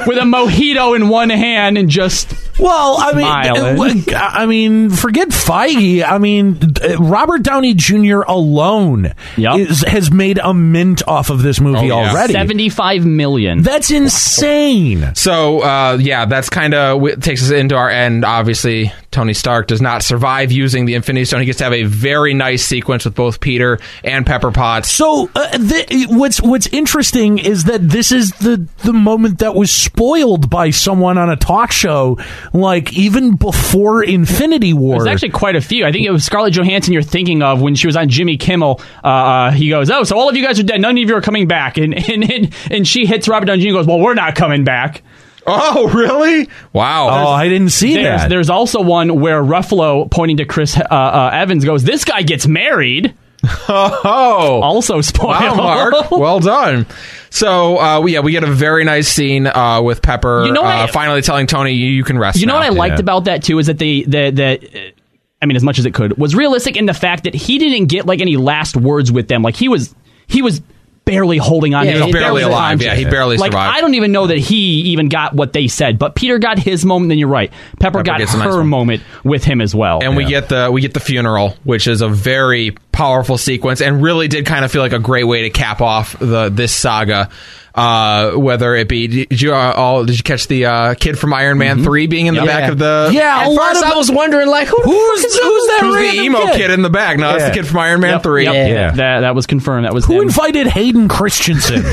S2: with a mojito in one hand and just.
S4: Well, I mean,
S2: Smiling.
S4: uh, I mean, forget Feige. I mean, uh, Robert Downey Jr. alone
S2: Yep.
S4: is, has made a mint off of this movie
S3: Oh, yeah.
S4: already.
S2: 75 million.
S4: That's insane.
S3: So uh, yeah, that's kind of takes us into our end. Obviously, Tony Stark does not survive using the Infinity Stone. He gets to have a very nice sequence with both Peter and Pepper Potts.
S4: So uh, th- what's what's interesting is that this is the the moment that was spoiled by someone on a talk show, like even before Infinity War.
S2: There's actually quite a few. I think it was Scarlett Johansson you're thinking of when she was on Jimmy Kimmel. Uh, uh, he goes, "Oh, so all of you guys are dead. None of you are coming back." And and and, and she hits Robert Downey Jr. and goes, "Well, we're not coming back."
S3: Oh, really?
S4: oh,
S3: Wow.
S4: I didn't see
S2: There's,
S4: that.
S2: there's also one where Ruffalo, pointing to Chris uh, uh, Evans, goes, "This guy gets married."
S3: oh.
S2: Also spoiled.
S3: Wow, Mark. Well done. So, uh, we, yeah, we get a very nice scene uh, with Pepper
S2: You know what
S3: uh,
S2: I-
S3: finally telling Tony, you, you can rest.
S2: you know
S3: now."
S2: what I liked about that too is that the the the. uh, I mean, as much as it could, was realistic in the fact that he didn't get like any last words with them. Like he was, he was barely holding on.
S5: Yeah,
S2: to
S5: he's
S2: his
S3: barely
S2: own
S3: alive.
S2: conscience.
S3: Yeah, he barely
S2: like,
S3: survived.
S2: I don't even know that he even got what they said, but Peter got his moment. Then you're right. Pepper,
S3: Pepper
S2: got
S3: gets
S2: her
S3: a nice one.
S2: moment with him as well.
S3: and we get the we get the funeral, which is a very powerful sequence, and really did kind of feel like a great way to cap off the this saga. Uh, whether it be did you uh, all did you catch the uh, kid from Iron Man three being in the
S5: Yeah.
S3: back of the
S4: Yeah,
S5: At
S4: a lot
S5: first,
S4: of
S5: I was wondering, like, who
S4: Who's-
S5: who's,
S4: who's
S5: who's
S4: that
S5: that?
S3: who's the
S4: random
S3: emo
S4: kid.
S3: kid. in the back? No, that's
S4: Yeah.
S3: the kid from Iron Man
S2: Yep,
S3: three.
S2: yep,
S4: Yeah.
S2: That, that was confirmed. That was
S4: Who
S2: them.
S4: invited Hayden Christensen?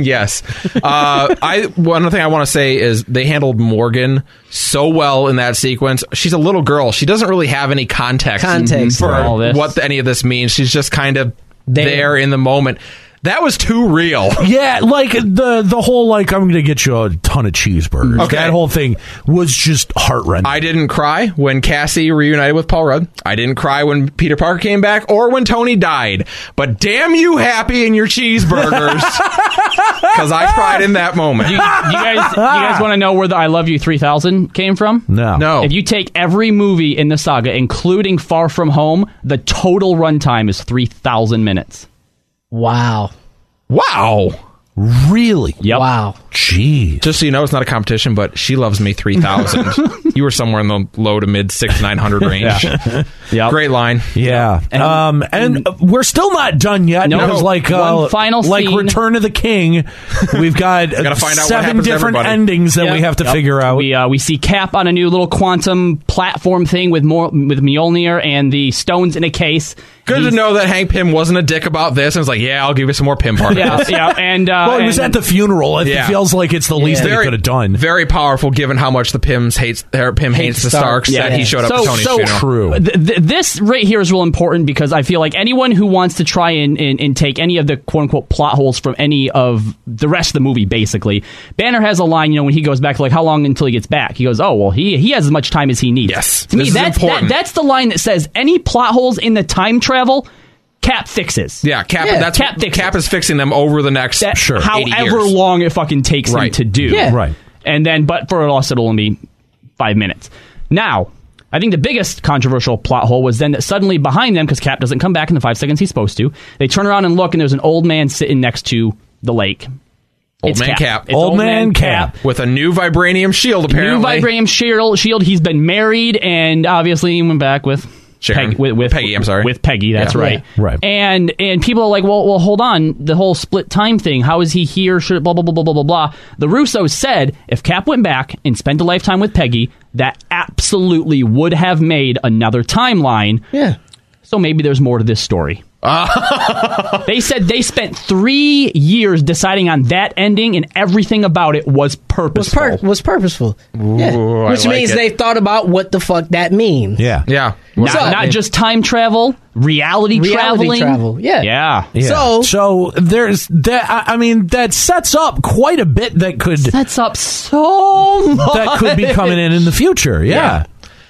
S3: yes. Uh, I one other thing I want to say is they handled Morgan so well in that sequence. She's a little girl. She doesn't really have any context,
S5: Context.
S3: for
S2: All this.
S3: what any of this means. She's just kind of
S5: There.
S3: there, in the moment. That was too real.
S4: yeah, like the the whole like I'm going to get you a ton of cheeseburgers.
S3: Okay.
S4: That whole thing was just heart wrenching.
S3: I didn't cry when Cassie reunited with Paul Rudd. I didn't cry when Peter Parker came back or when Tony died. But damn you happy in your cheeseburgers. Because I cried in that moment.
S2: you, you guys, you guys want to know where the "I Love You 3000" came from?
S4: No.
S3: no.
S2: If you take every movie in the saga, including Far From Home, the total runtime is 3,000 minutes.
S5: Wow.
S3: wow.
S4: Really?
S2: Yep.
S5: Wow.
S4: Jeez.
S3: Just so you know, it's not a competition, but she loves me three thousand. you were somewhere in the low to mid six nine hundred range.
S2: Yep.
S3: Great line.
S4: Yeah. um, and uh, we're still not done yet.
S2: No.
S4: because like uh,
S2: One final
S4: like
S2: scene.
S4: Return of the King, we've got
S3: Gotta find out what
S4: seven
S3: happens to
S4: different
S3: everybody.
S4: endings that we
S2: Yep.
S4: have to
S2: Yep.
S4: figure out.
S2: We uh, we see Cap on a new little quantum platform thing with more with Mjolnir and the stones in a case.
S3: Good to
S2: He's-
S3: know that Hank Pym wasn't a dick about this. and was like, yeah, I'll give you some more Pym particles.
S2: Yeah, yeah, and uh,
S4: well, he was
S2: and-
S4: at the funeral. It
S3: Yeah.
S4: feels like it's the least they
S3: Very-
S4: could have done.
S3: Very powerful, given how much the Pims hates er, Pym hates, the
S5: Stark.
S3: Starks.
S5: Yeah.
S3: That he showed up
S2: Oh, So-
S3: at Tony's
S2: so-
S3: funeral.
S4: True.
S2: Th- th- this right here is real important because I feel like anyone who wants to try and, and, and take any of the quote unquote plot holes from any of the rest of the movie, basically, Banner has a line. You know, when he goes back, like how long until he gets back? He goes, oh well, he he has as much time as he needs.
S3: Yes.
S2: to
S3: This
S2: me
S3: is
S2: that's that,
S3: important.
S2: that's the line that says any plot holes in the time travel, Cap fixes.
S3: Yeah, Cap.
S5: Yeah.
S3: that's
S2: Cap
S3: Cap,
S2: fixes.
S3: Cap is fixing them over the next
S2: that,
S4: Sure.
S3: 80
S2: however
S3: years.
S2: long it fucking takes him
S3: Right.
S2: to do.
S5: Yeah.
S4: Right.
S2: And then, but for us, it'll only be five minutes. Now, I think the biggest controversial plot hole was then that suddenly behind them, because Cap doesn't come back in the five seconds he's supposed to, they turn around and look, and there's an old man sitting next to the lake.
S3: Old
S2: It's
S3: man Cap.
S2: It's
S4: Old man Cap.
S3: with a new vibranium shield.
S2: New
S3: Apparently,
S2: vibranium shield. Shield. He's been married, and obviously he went back with
S3: Sharon.
S2: Peg- with, with
S3: Peggy, I'm sorry.
S2: with Peggy. That's
S3: Yeah.
S2: right.
S4: Yeah. Right.
S2: And and people are like, well, well, hold on. The whole split time thing. How is he here? Should it blah blah blah blah blah blah blah. The Russos said if Cap went back and spent a lifetime with Peggy, that absolutely would have made another timeline.
S5: Yeah.
S2: So maybe there's more to this story. they said they spent three years deciding on that ending, and everything about it was purposeful.
S5: Was pur- was purposeful. Yeah.
S3: Ooh, I
S5: Which
S3: like
S5: means
S3: it.
S5: they thought about what the fuck that means.
S4: yeah.
S3: Yeah,
S2: Not,
S5: So-
S2: not just time travel, reality,
S5: Reality
S2: traveling.
S5: travel, yeah.
S2: Yeah.
S4: Yeah.
S5: So-
S4: so there's that. I I mean, that sets up quite a bit that could
S2: That's up so much.
S4: that could be coming in in the future. Yeah,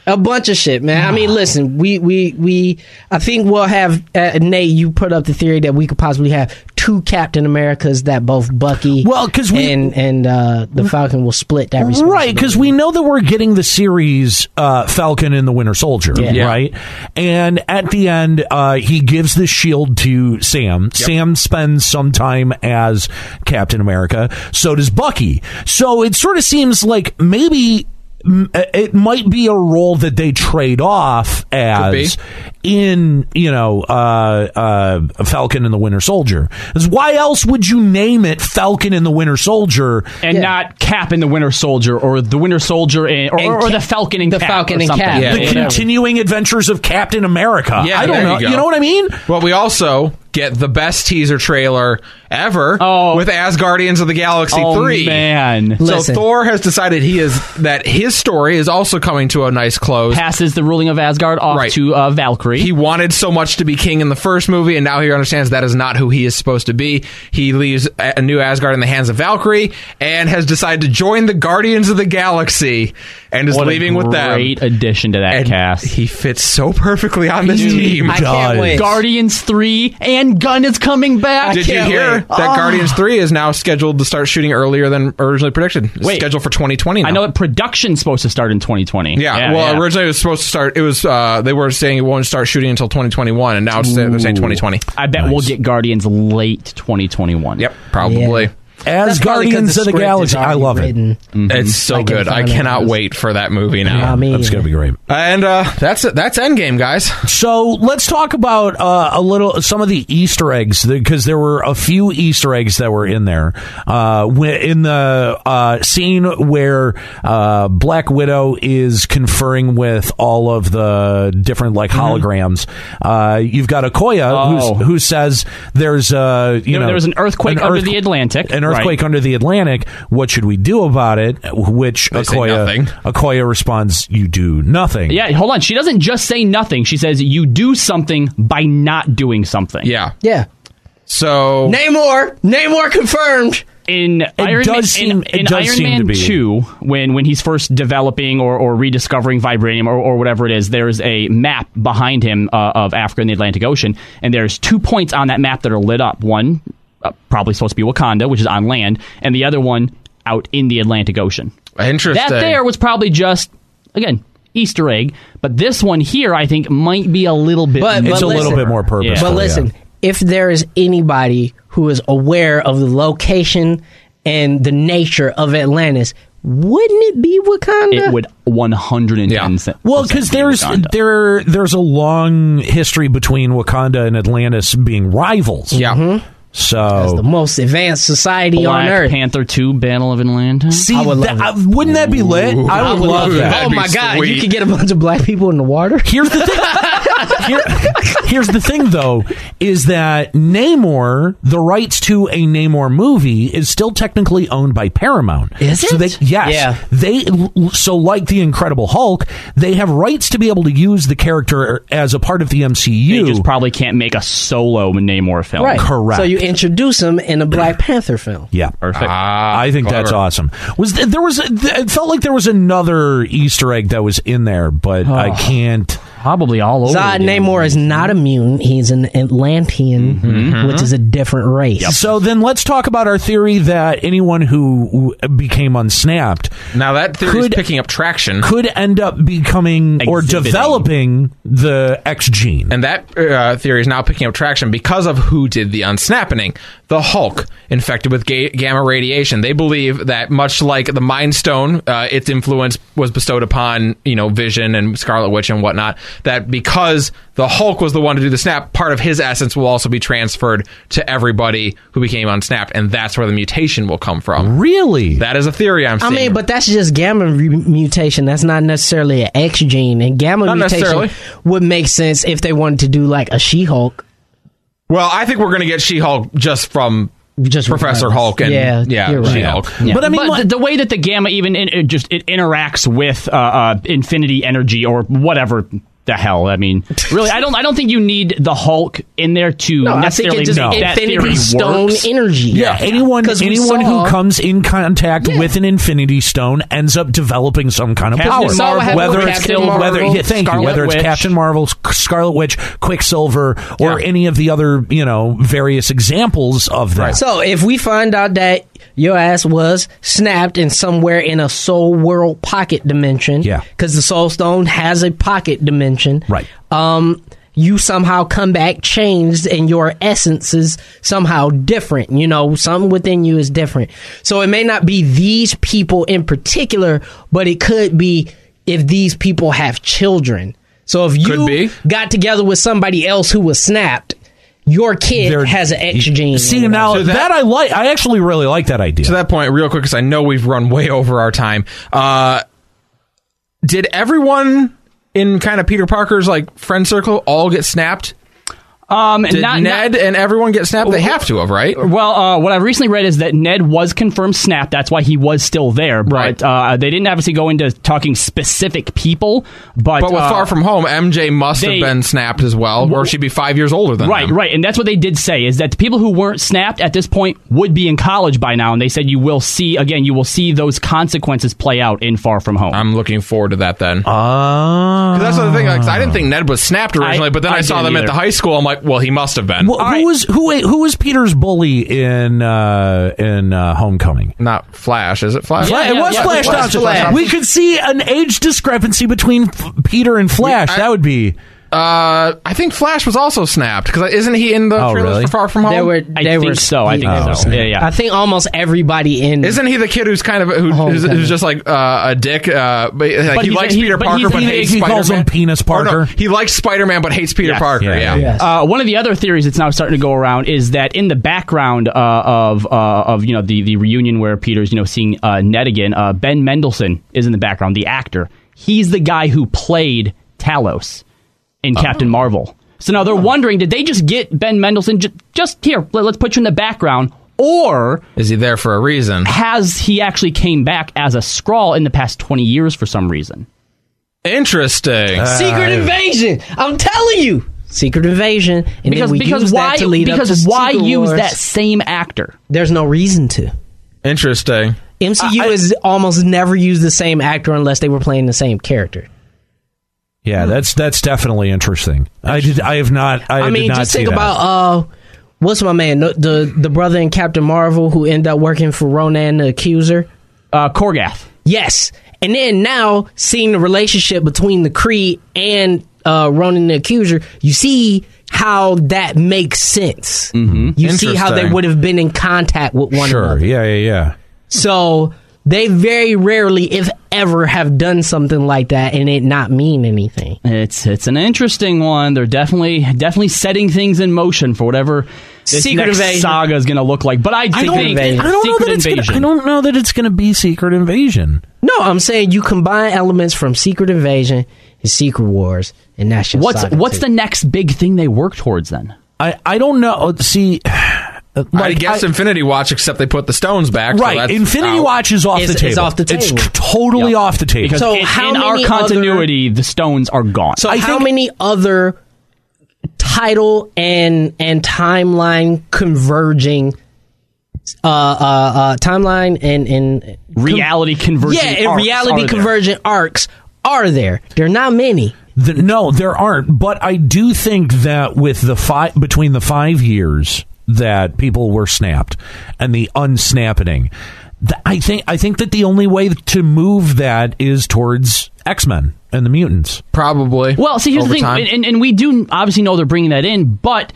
S5: A bunch of shit, man. I mean, listen, we we we. I think we'll have uh, Nate. You put up the theory that we could possibly have two Captain Americas that both Bucky,
S4: Well, 'cause we-
S5: and and uh, the Falcon will split that responsibility.
S4: right. Because we know that we're getting the series uh, Falcon and the Winter Soldier,
S5: Yeah.
S4: right? And at the end, uh, he gives the shield to Sam. Sam spends some time as Captain America. So does Bucky. So it sort of seems like maybe. mm, It might be a role that they trade off as in you know uh, uh, Falcon and the Winter Soldier. 'Cause Why else would you name it Falcon and the Winter Soldier
S2: and not Cap in the Winter Soldier or the Winter Soldier and, or,
S5: And
S2: or
S5: Cap-
S2: the Falcon and
S5: the
S2: Cap
S5: Falcon
S2: or
S5: and
S2: something.
S5: Cap.
S3: Yeah.
S4: the
S5: whatever.
S4: continuing adventures of Captain America.
S3: Yeah,
S4: I don't
S3: there
S4: know.
S3: you
S4: You,
S3: go.
S4: know what I mean?
S3: Well, we also get the best teaser trailer ever
S2: Oh.
S3: with Asgardians of the Galaxy
S2: Oh,
S3: 3.
S2: man.
S3: So
S5: Listen.
S3: Thor has decided he is that his story is also coming to a nice close.
S2: Passes the ruling of Asgard off
S3: Right.
S2: to uh, Valkyrie.
S3: He wanted so much to be king in the first movie, and now he understands that is not who he is supposed to be. He leaves a a new Asgard in the hands of Valkyrie and has decided to join the Guardians of the Galaxy and is
S2: what
S3: leaving
S2: a
S3: with them.
S2: Great addition to that
S3: and
S2: cast.
S3: he fits so perfectly on this team.
S5: I can't
S4: does.
S5: wait.
S2: Guardians 3 and Gun is coming back.
S3: Did you
S5: can't
S3: hear
S5: wait. Ah.
S3: that Guardians 3 is now scheduled to start shooting earlier than originally predicted? It's
S2: Wait.
S3: scheduled for 2020. Now.
S2: I know that production's supposed to start in 2020.
S3: Yeah, well, originally it was supposed to start. It was uh, they were saying it won't start start shooting until 2021, and now it's, they're saying 2020.
S2: I bet we'll get Guardians late 2021.
S3: Yep, probably.
S5: Yeah.
S4: As
S5: That's probably 'cause
S4: Guardians of the
S5: script is
S4: Galaxy, I
S5: already
S4: love it.
S5: written.
S3: It's so
S5: Mm-hmm. I can
S3: good. I
S5: find out
S3: cannot
S5: this.
S3: wait for that movie now.
S5: I mean,
S4: Mm. That's gonna be great.
S3: And uh, that's it. That's Endgame, guys.
S4: So let's talk about uh, a little some of the Easter eggs because there were a few Easter eggs that were in there. Uh, wh- in the uh, scene where uh, Black Widow is conferring with all of the different like holograms, uh, you've got Okoya
S2: Mm-hmm. Oh.
S4: who's, who says there's uh, you
S2: There-
S4: know
S2: there was an earthquake under the Atlantic.
S4: an
S2: Right.
S4: earthquake under the Atlantic. What should we do about it? Which
S3: They say
S4: Okoya
S3: nothing.
S4: Okoya responds, "You do nothing."
S2: Yeah, hold on. She doesn't just say nothing. She says you do something by not doing something.
S3: Yeah.
S5: yeah.
S3: So
S5: Namor, Namor confirmed.
S2: in Iron Man,
S4: does seem-
S2: in,
S4: it
S2: in
S4: does
S2: Iron
S4: seem to
S2: Man
S4: be.
S2: Two, when when he's first developing or, or rediscovering vibranium or, or whatever it is, there's a map behind him uh, of Africa and the Atlantic Ocean, and there's two points on that map that are lit up. One uh, probably supposed to be Wakanda, which is on land, and the other one out in the Atlantic Ocean.
S3: interesting.
S2: That there was probably just again Easter egg, but this one here I think might be a little bit.
S5: But-
S2: more-
S4: it's a little
S5: listen-
S4: bit more
S2: Yeah.
S4: purposeful.
S5: But listen,
S4: yeah.
S5: if there is anybody who is aware of the location and the nature of Atlantis, wouldn't it be Wakanda?
S2: it would one hundred and ten.
S3: Yeah.
S4: Well, because there's there there's a long history between Wakanda and Atlantis being rivals.
S3: yeah.
S5: the
S4: So
S5: most advanced society
S2: Black
S5: on earth.
S2: Panther Two: Battle of Atlanta.
S4: see,
S5: I would love
S4: that-
S5: it.
S4: I- wouldn't that be lit? I would love that.
S5: Oh
S3: That'd be
S5: my god,
S3: sweet.
S5: you could get a bunch of black people in the water.
S4: Here's the thing. Here- here's the thing, though, is that Namor, the rights to a Namor movie, is still technically owned by Paramount.
S5: Is
S4: So
S5: it?
S4: they, yes.
S5: Yeah.
S4: They so like the Incredible Hulk, they have rights to be able to use the character as a part of the MCU.
S2: They just probably can't make a solo Namor film.
S4: Oh, Correct.
S5: So you introduce them in a Black Panther film.
S4: yeah.
S2: Perfect.
S3: Ah,
S4: I think
S3: clever.
S4: that's awesome. Was th- there was a- th- it felt like there was another Easter egg that was in there, but I can't.
S2: Probably all over.
S5: Zod
S2: again.
S5: Namor is not immune. He's an Atlantean,
S4: Mm-hmm.
S5: which is a different race.
S4: So then let's talk about our theory that anyone who w- became unsnapped
S3: Now that theory is
S4: Could-
S3: picking up traction,
S4: could end up becoming or
S2: Exhibiting.
S4: developing the X gene.
S3: and that uh, theory is now picking up traction because of who did the unsnapping. The Hulk, infected with ga- gamma radiation. They believe that much like the Mind Stone, uh, its influence was bestowed upon you know Vision and Scarlet Witch and whatnot. That because the Hulk was the one to do the snap, part of his essence will also be transferred to everybody who became unsnapped, and that's where the mutation will come from.
S4: Really?
S3: That is a theory I'm
S5: I
S3: seeing.
S5: mean, but that's just gamma re- mutation. That's not necessarily an X gene, and gamma
S3: Not
S5: mutation
S3: necessarily.
S5: would make sense if they wanted to do like a She-Hulk.
S3: Well, I think we're going to get She-Hulk just from
S5: Just
S3: Professor
S5: regardless.
S3: Hulk and
S5: Yeah,
S3: yeah,
S5: you're right.
S3: She-Hulk.
S2: Yeah.
S4: But
S2: But
S4: I
S2: I
S4: mean, what-
S2: the, the way that the gamma even in, it just it interacts with uh, uh, infinity energy or whatever the hell. I mean, really, I don't I don't think you need the Hulk in there to
S5: No, I think
S2: necessarily
S5: it just
S2: make that
S5: Infinity
S2: theory
S5: Stone
S2: works.
S5: energy.
S4: yeah, anyone
S5: 'Cause we
S4: anyone
S5: saw-
S4: who comes in contact with an Infinity Stone ends up developing some kind of
S2: Captain
S4: power.
S2: Marvel,
S4: whether
S2: Captain
S4: it's
S2: Marvel,
S4: whether yeah, thank you,
S2: Scarlet
S4: whether it's
S2: Witch.
S4: Captain Marvel, Sc- Scarlet Witch, Quicksilver, or
S3: Yeah.
S4: any of the other you know various examples of that.
S5: So if we find out that your ass was snapped in somewhere in a soul world pocket dimension,
S4: Yeah.
S5: because the soul stone has a pocket dimension,
S4: Right.
S5: Um, you somehow come back changed, and your essence is somehow different. You know, something within you is different. So it may not be these people in particular, but it could be if these people have children. So if
S3: Could
S5: you
S3: be.
S5: got together with somebody else who was snapped, your kid
S4: They're-
S5: has an X gene.
S4: See now that, I like, I actually really like that idea.
S3: To that point, real quick, because I know we've run way over our time. Uh, did everyone in kind of Peter Parker's like friend circle all get snapped?
S2: Um,
S3: Did
S2: not, not-
S3: Ned and everyone get snapped? They have to have, right?
S2: Well, uh, what I recently read is that Ned was confirmed snap. That's why he was still there. But
S3: Right.
S2: uh, they didn't obviously go into talking specific people. But,
S3: But with
S2: uh,
S3: Far From Home, MJ must
S2: they-
S3: have been snapped as well, or she'd be five years older than
S2: Right,
S3: them.
S2: right. And that's what they did say is that the people who weren't snapped at this point would be in college by now. And they said you will see, again, you will see those consequences play out in Far From Home.
S3: I'm looking forward to that then.
S4: Ah.
S3: 'Cause that's the thing. Like, I didn't think Ned was snapped originally,
S2: I-
S3: but then
S2: I
S3: I, saw
S2: didn't
S3: them at
S2: either.
S3: the high school. I'm like, well, he must have been.
S4: Well, who was who? Who was Peter's bully in uh, in uh, Homecoming?
S3: Not Flash, is it Flash?
S4: Fla- it was
S2: yeah,
S4: Flash
S2: it was
S4: Thompson.
S5: Flash.
S4: We could see an age discrepancy between F- Peter and Flash.
S3: We- I-
S4: that would be
S3: Uh, I think Flash was also snapped because isn't he in the
S4: Oh,
S3: trailers
S4: really?
S3: for Far From Home?
S5: They were.
S2: I
S5: they
S2: think
S5: were,
S2: so, I think
S5: yeah.
S2: so. Yeah, yeah.
S5: I think almost everybody in.
S3: Isn't he the kid who's kind of who, who's,
S5: Homecoming.
S3: who's just like uh, a dick? Uh, but like,
S2: Oh, But
S3: he
S2: he's-
S3: likes
S2: he-
S3: Peter
S2: but
S3: Parker,
S2: he's-
S3: but
S2: he-
S3: hates
S4: he
S3: Spider-Man.
S4: calls him Penis
S3: Or no,
S4: Parker.
S3: he likes Spider-Man, but hates Peter
S2: Yes.
S3: Parker.
S4: Yeah,
S3: Yeah,
S4: yeah,
S5: Yes.
S2: Uh, one of the other theories that's now starting to go around is that in the background uh, of uh, of you know the, the reunion where Peter's you know seeing uh, Ned again, uh, Ben Mendelsohn is in the background, the actor. He's the guy who played Talos in
S5: Oh.
S2: Captain Marvel. So now they're wondering, did they just get Ben Mendelsohn j- just here? Let, let's put you in the background, or
S3: Is he there for a reason?
S2: has he actually came back as a Skrull in the past twenty years for some reason?
S3: Interesting.
S2: Uh,
S5: Secret invasion. I'm telling you. Secret invasion. And
S2: Because
S5: then we
S2: because
S5: use
S2: why
S5: that to lead up
S2: because
S5: to
S2: why
S5: Secret
S2: use
S5: Wars.
S2: that same actor?
S5: There's no reason to.
S3: Interesting.
S5: MCU has almost never used the same actor unless they were playing the same character.
S4: Yeah, that's that's definitely interesting. I did. I have not. I,
S5: I,
S4: did
S5: mean,
S4: not
S5: just
S4: see
S5: think
S4: that.
S5: about uh, what's my man, the, the the brother in Captain Marvel who ended up working for Ronan the Accuser.
S2: Uh, Korgath.
S5: Yes, and then now seeing the relationship between the Kree and uh, Ronan the Accuser, you see how that makes sense. Mm-hmm. You see how they
S3: Interesting.
S5: would have been in contact with one
S4: sure.
S5: another.
S4: Yeah, yeah, yeah.
S5: So they very rarely, if ever, have done something like that and it not mean anything.
S2: It's it's an interesting one. They're definitely definitely setting things in motion for whatever this
S5: Secret
S2: next
S5: invasion.
S2: saga is going to look like. But I
S5: Secret
S2: think
S5: invasion.
S4: I don't know
S2: Secret
S4: that it's. Gonna,
S2: invasion.
S4: I don't know that it's going to be secret invasion.
S5: No, I'm saying you combine elements from Secret Invasion and Secret Wars, and that's your
S2: What's
S5: saga
S2: what's
S5: too.
S2: the next big thing they work towards then?
S4: I I don't know. Oh, See,
S3: I guess Infinity Watch, except they put the stones back. so
S4: right.
S3: that's
S4: Infinity
S3: out.
S4: Watch is off
S5: It's-
S4: the
S5: it's
S4: table.
S5: off the
S4: It's
S5: table.
S4: totally off the table.
S2: Because
S5: So
S2: in,
S5: how
S2: in our
S5: many
S2: continuity, the stones are gone.
S5: So how many other title and and timeline converging uh uh, uh timeline and and
S2: reality conversion.
S5: yeah and
S2: arcs
S5: reality
S2: are there.
S5: convergent arcs are there? There are not many.
S4: The- no, there aren't. But I do think that with the five between the five years that people were snapped and the unsnapping, th- I think I think that the only way to move that is towards X Men and the mutants.
S3: probably.
S2: Well, see, here's
S3: over
S2: the thing,
S3: time.
S2: and, and, and we do obviously know they're bringing that in, but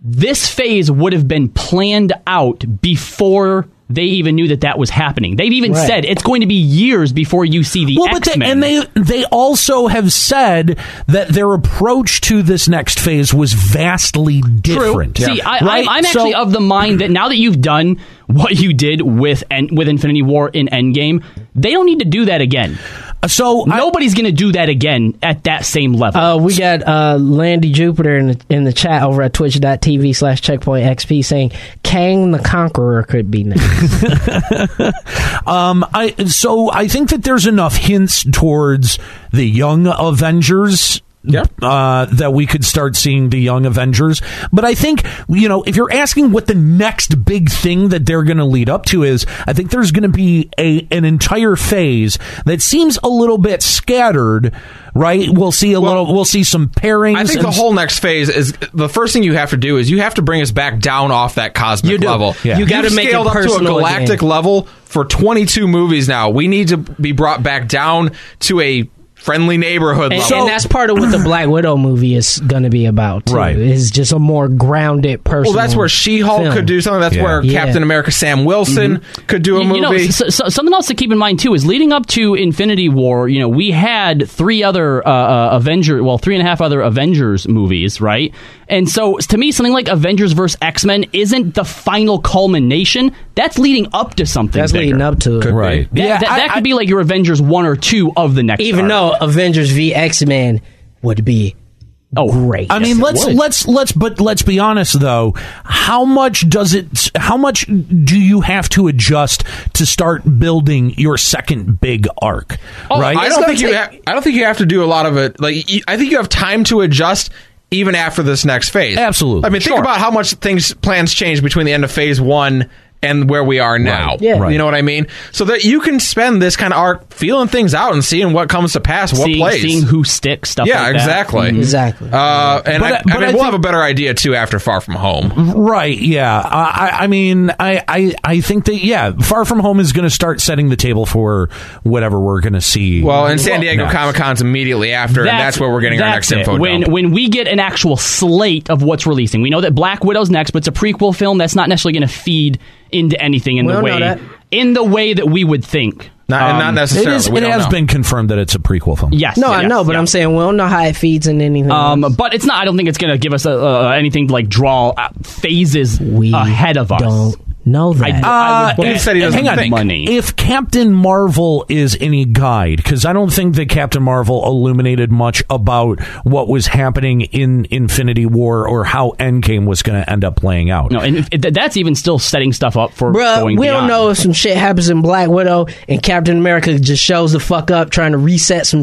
S2: this phase would have been planned out before they even knew that that was happening. They've even
S5: Right.
S2: said it's going to be years before you see the
S4: Well, but they,
S2: X-Men.
S4: and they they also have said that their approach to this next phase was vastly different.
S2: See, I,
S4: Right?
S2: I'm, I'm
S4: So-
S2: actually of the mind that now that you've done what you did with en- with Infinity War in Endgame, they don't need to do that again.
S4: so I-
S2: Nobody's going to do that again at that same level.
S5: Uh, we got uh, Landy Jupiter in the, in the chat over at twitch.tv slash checkpoint XP saying Kang the Conqueror could be next.
S4: Um, I so I think that there's enough hints towards the young Avengers.
S3: Yeah.
S4: Uh, that we could start seeing the young Avengers. But I think, you know, if you're asking what the next big thing that they're going to lead up to is, I think there's going to be a, an entire phase that seems a little bit scattered, right? We'll see a little, we'll see some pairings.
S3: I think the
S4: and-
S3: whole next phase is the first thing you have to do is you have to bring us back down off that cosmic
S4: You do.
S3: level.
S4: Yeah. You
S3: You've
S5: gotta make it
S3: scaled up to a
S5: personal
S3: galactic
S5: again.
S3: level for 22 movies now. We need to be brought back down to a friendly neighborhood
S5: and,
S3: level.
S5: and that's part of what the Black Widow movie is going to be about, too.
S4: Right.
S5: Is just a more grounded person.
S3: well, that's where She-Hulk could do something. That's
S4: Yeah.
S3: where
S5: Yeah.
S3: Captain America, Sam Wilson, could do a
S2: You-
S3: movie.
S2: You know, so, so- something else to keep in mind too is leading up to Infinity War. You know, we had three other uh, uh, Avenger, well, three and a half other Avengers movies, right? And so, to me, something like Avengers versus X Men isn't the final culmination. That's leading up to something.
S5: That's
S2: bigger.
S5: leading up to it.
S4: Right.
S2: That,
S4: yeah.
S2: that,
S4: I-
S2: that could be like your Avengers one or two of the next.
S5: Even
S2: arc.
S5: though Avengers v X Men would be
S2: oh,
S5: great.
S4: I mean, let's let's let's but let's be honest though. How much does it? How much do you have to adjust to start building your second big arc? right?
S3: Oh, I don't think you. Ha- I don't think you have to do a lot of it. Like y- I think you have time to adjust even after this next phase.
S4: Absolutely.
S3: I mean, think
S4: Sure.
S3: about how much things plans change between the end of phase one and where we are now.
S5: Yeah. Right.
S3: You know what I mean? So that you can spend this kind of arc feeling things out and seeing what comes to pass, what
S2: seeing,
S3: plays.
S2: seeing who sticks, stuff
S3: yeah,
S2: like that.
S3: exactly.
S5: Exactly.
S3: Uh, and
S4: But,
S3: I,
S4: uh, but
S3: I mean, we'll
S4: I think- Mm-hmm.
S3: have a better idea too after Far From Home.
S4: Right. Yeah. I, I- I mean, I, I, I think that, yeah, Far From Home is going to start setting the table for whatever we're going to see.
S3: Well, and San Diego
S4: next.
S3: Comic Con's immediately after, and that's where we're getting our
S2: that's it.
S3: next info.
S2: When
S3: dump.
S2: when we get an actual slate of what's releasing, we know that Black Widow's next, but it's a prequel film that's not necessarily going to feed into anything in
S5: We
S2: the
S5: don't know
S2: way
S5: that.
S2: in the way that we would think.
S3: not, and not
S4: Um, it,
S3: necessarily.
S4: is,
S3: we
S4: it
S3: don't
S4: has
S3: know.
S4: been confirmed that it's a prequel film.
S2: Yes.
S5: no, I
S2: yes,
S5: know, but
S2: yeah.
S5: I'm saying we don't know how it feeds in anything.
S2: Um,
S5: else.
S2: but it's not. I don't think it's going to give us uh, uh, anything to, like draw uh, phases
S5: we
S2: ahead of us.
S5: don't know
S2: I,
S5: that.
S2: I would
S4: Uh,
S2: bet
S3: he said he doesn't
S4: hang on.
S3: think.
S2: money.
S4: If Captain Marvel is any guide, because I don't think that Captain Marvel illuminated much about what was happening in Infinity War or how Endgame was going to end up playing out.
S2: no, and if, th- that's even still setting stuff up for
S5: Bruh,
S2: going.
S5: we
S2: beyond.
S5: don't know if some shit happens in Black Widow and Captain America just shows the fuck up trying to reset some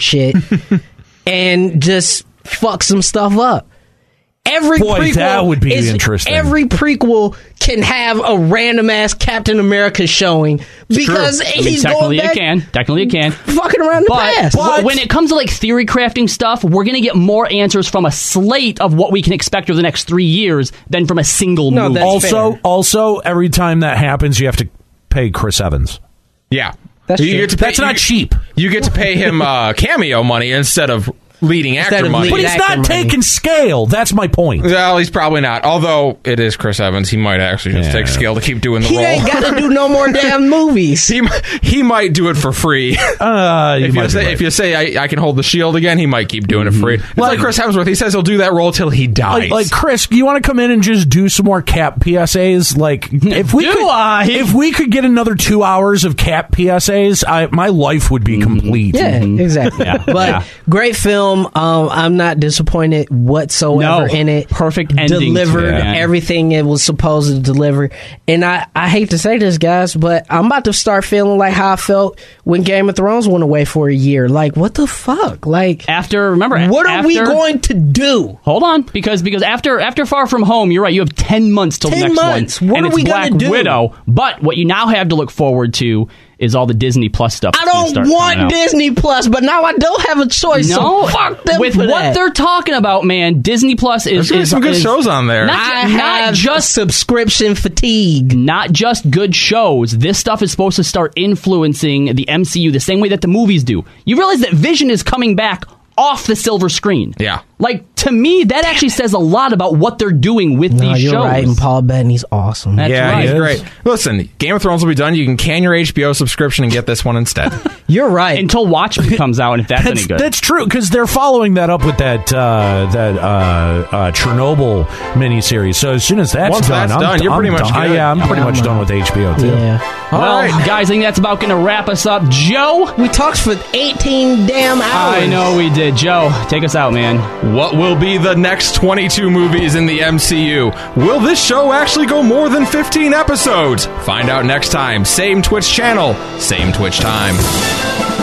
S5: shit and just fuck some stuff up. Every
S4: Boy,
S5: prequel
S4: that would be
S5: is-
S4: interesting.
S5: Every prequel can have a random ass Captain America showing because
S2: I mean,
S5: he's
S2: technically
S5: going back
S2: it can. Technically it can.
S5: fucking around the
S2: But,
S5: past.
S2: but when it comes to like theory crafting stuff, we're gonna get more answers from a slate of what we can expect over the next three years than from a single
S5: No,
S2: movie.
S5: that's
S4: also,
S5: fair.
S4: also, every time that happens, you have to pay Chris Evans.
S3: Yeah,
S5: That's
S3: you
S5: true.
S3: get to pay,
S4: That's not
S3: you-
S4: cheap.
S3: You get to pay him uh, cameo money instead of leading actor
S5: of
S3: money.
S5: lead
S4: But he's
S5: actor
S4: not
S5: money.
S4: taking scale. That's my point.
S3: Well, he's probably not. Although it is Chris Evans, he might actually just
S4: Yeah.
S3: take skill to keep doing the
S5: he
S3: role.
S5: ain't got to do no more damn movies.
S3: he, mi- he might do it for free.
S4: Uh, you
S3: if, you
S4: might be
S3: say,
S4: right.
S3: if you say I, I can hold the shield again, he might keep doing it free. It's like Chris Hemsworth. He says he'll do that role till he dies.
S4: like, like Chris, you want to come in and just do some more cap PSAs? Like if we
S2: Do
S4: could,
S2: I?
S4: if we could get another two hours of cap PSAs, I, my life would be complete.
S5: Yeah, exactly. But
S2: Mm-hmm. Yeah.
S5: great film. Um, I'm not disappointed whatsoever
S2: No.
S5: in it.
S2: Perfect ending to
S5: Delivered
S2: it, man.
S5: everything it was supposed to deliver. And I, I hate to say this, guys, but I'm about to start feeling like how I felt when Game of Thrones went away for a year. Like, what the fuck? Like,
S2: after remember
S5: what are we
S2: after-
S5: going to do?
S2: Hold on, because because after after Far From Home, you're right. You have ten months till
S5: 10
S2: the next
S5: months.
S2: one,
S5: What
S2: and
S5: are
S2: it's
S5: we gonna
S2: Black
S5: do?
S2: Widow. But what you now have to look forward to is all the Disney Plus stuff.
S5: I
S2: that's gonna start
S5: don't
S2: coming out.
S5: want Disney Plus, but now I don't have a choice.
S2: No,
S5: so fuck them
S2: with
S5: for
S2: what
S5: that.
S2: they're talking about, man. Disney Plus is,
S3: There's gonna be
S2: is-
S3: some good
S2: is-
S3: shows on there.
S2: Not,
S5: I
S2: not
S5: have
S2: just
S5: subscription fatigue.
S2: not just good shows. This stuff is supposed to start influencing the MCU the same way that the movies do. You realize that Vision is coming back off the silver screen.
S3: Yeah.
S2: Like to me, that actually says a lot about what they're doing with
S5: No,
S2: these
S5: you're
S2: shows.
S5: right, and Paul Bettany's awesome.
S2: That's
S3: yeah,
S2: right.
S3: he's
S4: It is.
S3: great. Listen, Game of Thrones will be done. You can can your HBO subscription and get this one instead.
S5: You're right.
S2: Until Watchmen comes out, and if that's,
S4: That's,
S2: any good.
S4: that's true because they're following that up with that uh, that uh, uh, Chernobyl miniseries. So as soon as that's
S3: Once
S4: done,
S3: that's
S4: I'm,
S3: done, you're
S4: I'm
S3: pretty much
S4: done. I,
S3: good.
S4: yeah, I'm pretty
S5: Yeah,
S4: much
S5: I'm
S4: done
S5: out.
S4: with HBO too.
S5: yeah.
S3: All
S2: well,
S3: right.
S2: guys, I think that's about going to wrap us up. Joe,
S5: We talked for 18 damn hours.
S2: I know we did. Joe, take us out, man.
S3: What will be the next 22 movies in the MCU? Will this show actually go more than 15 episodes? Find out next time. Same Twitch channel, same Twitch time.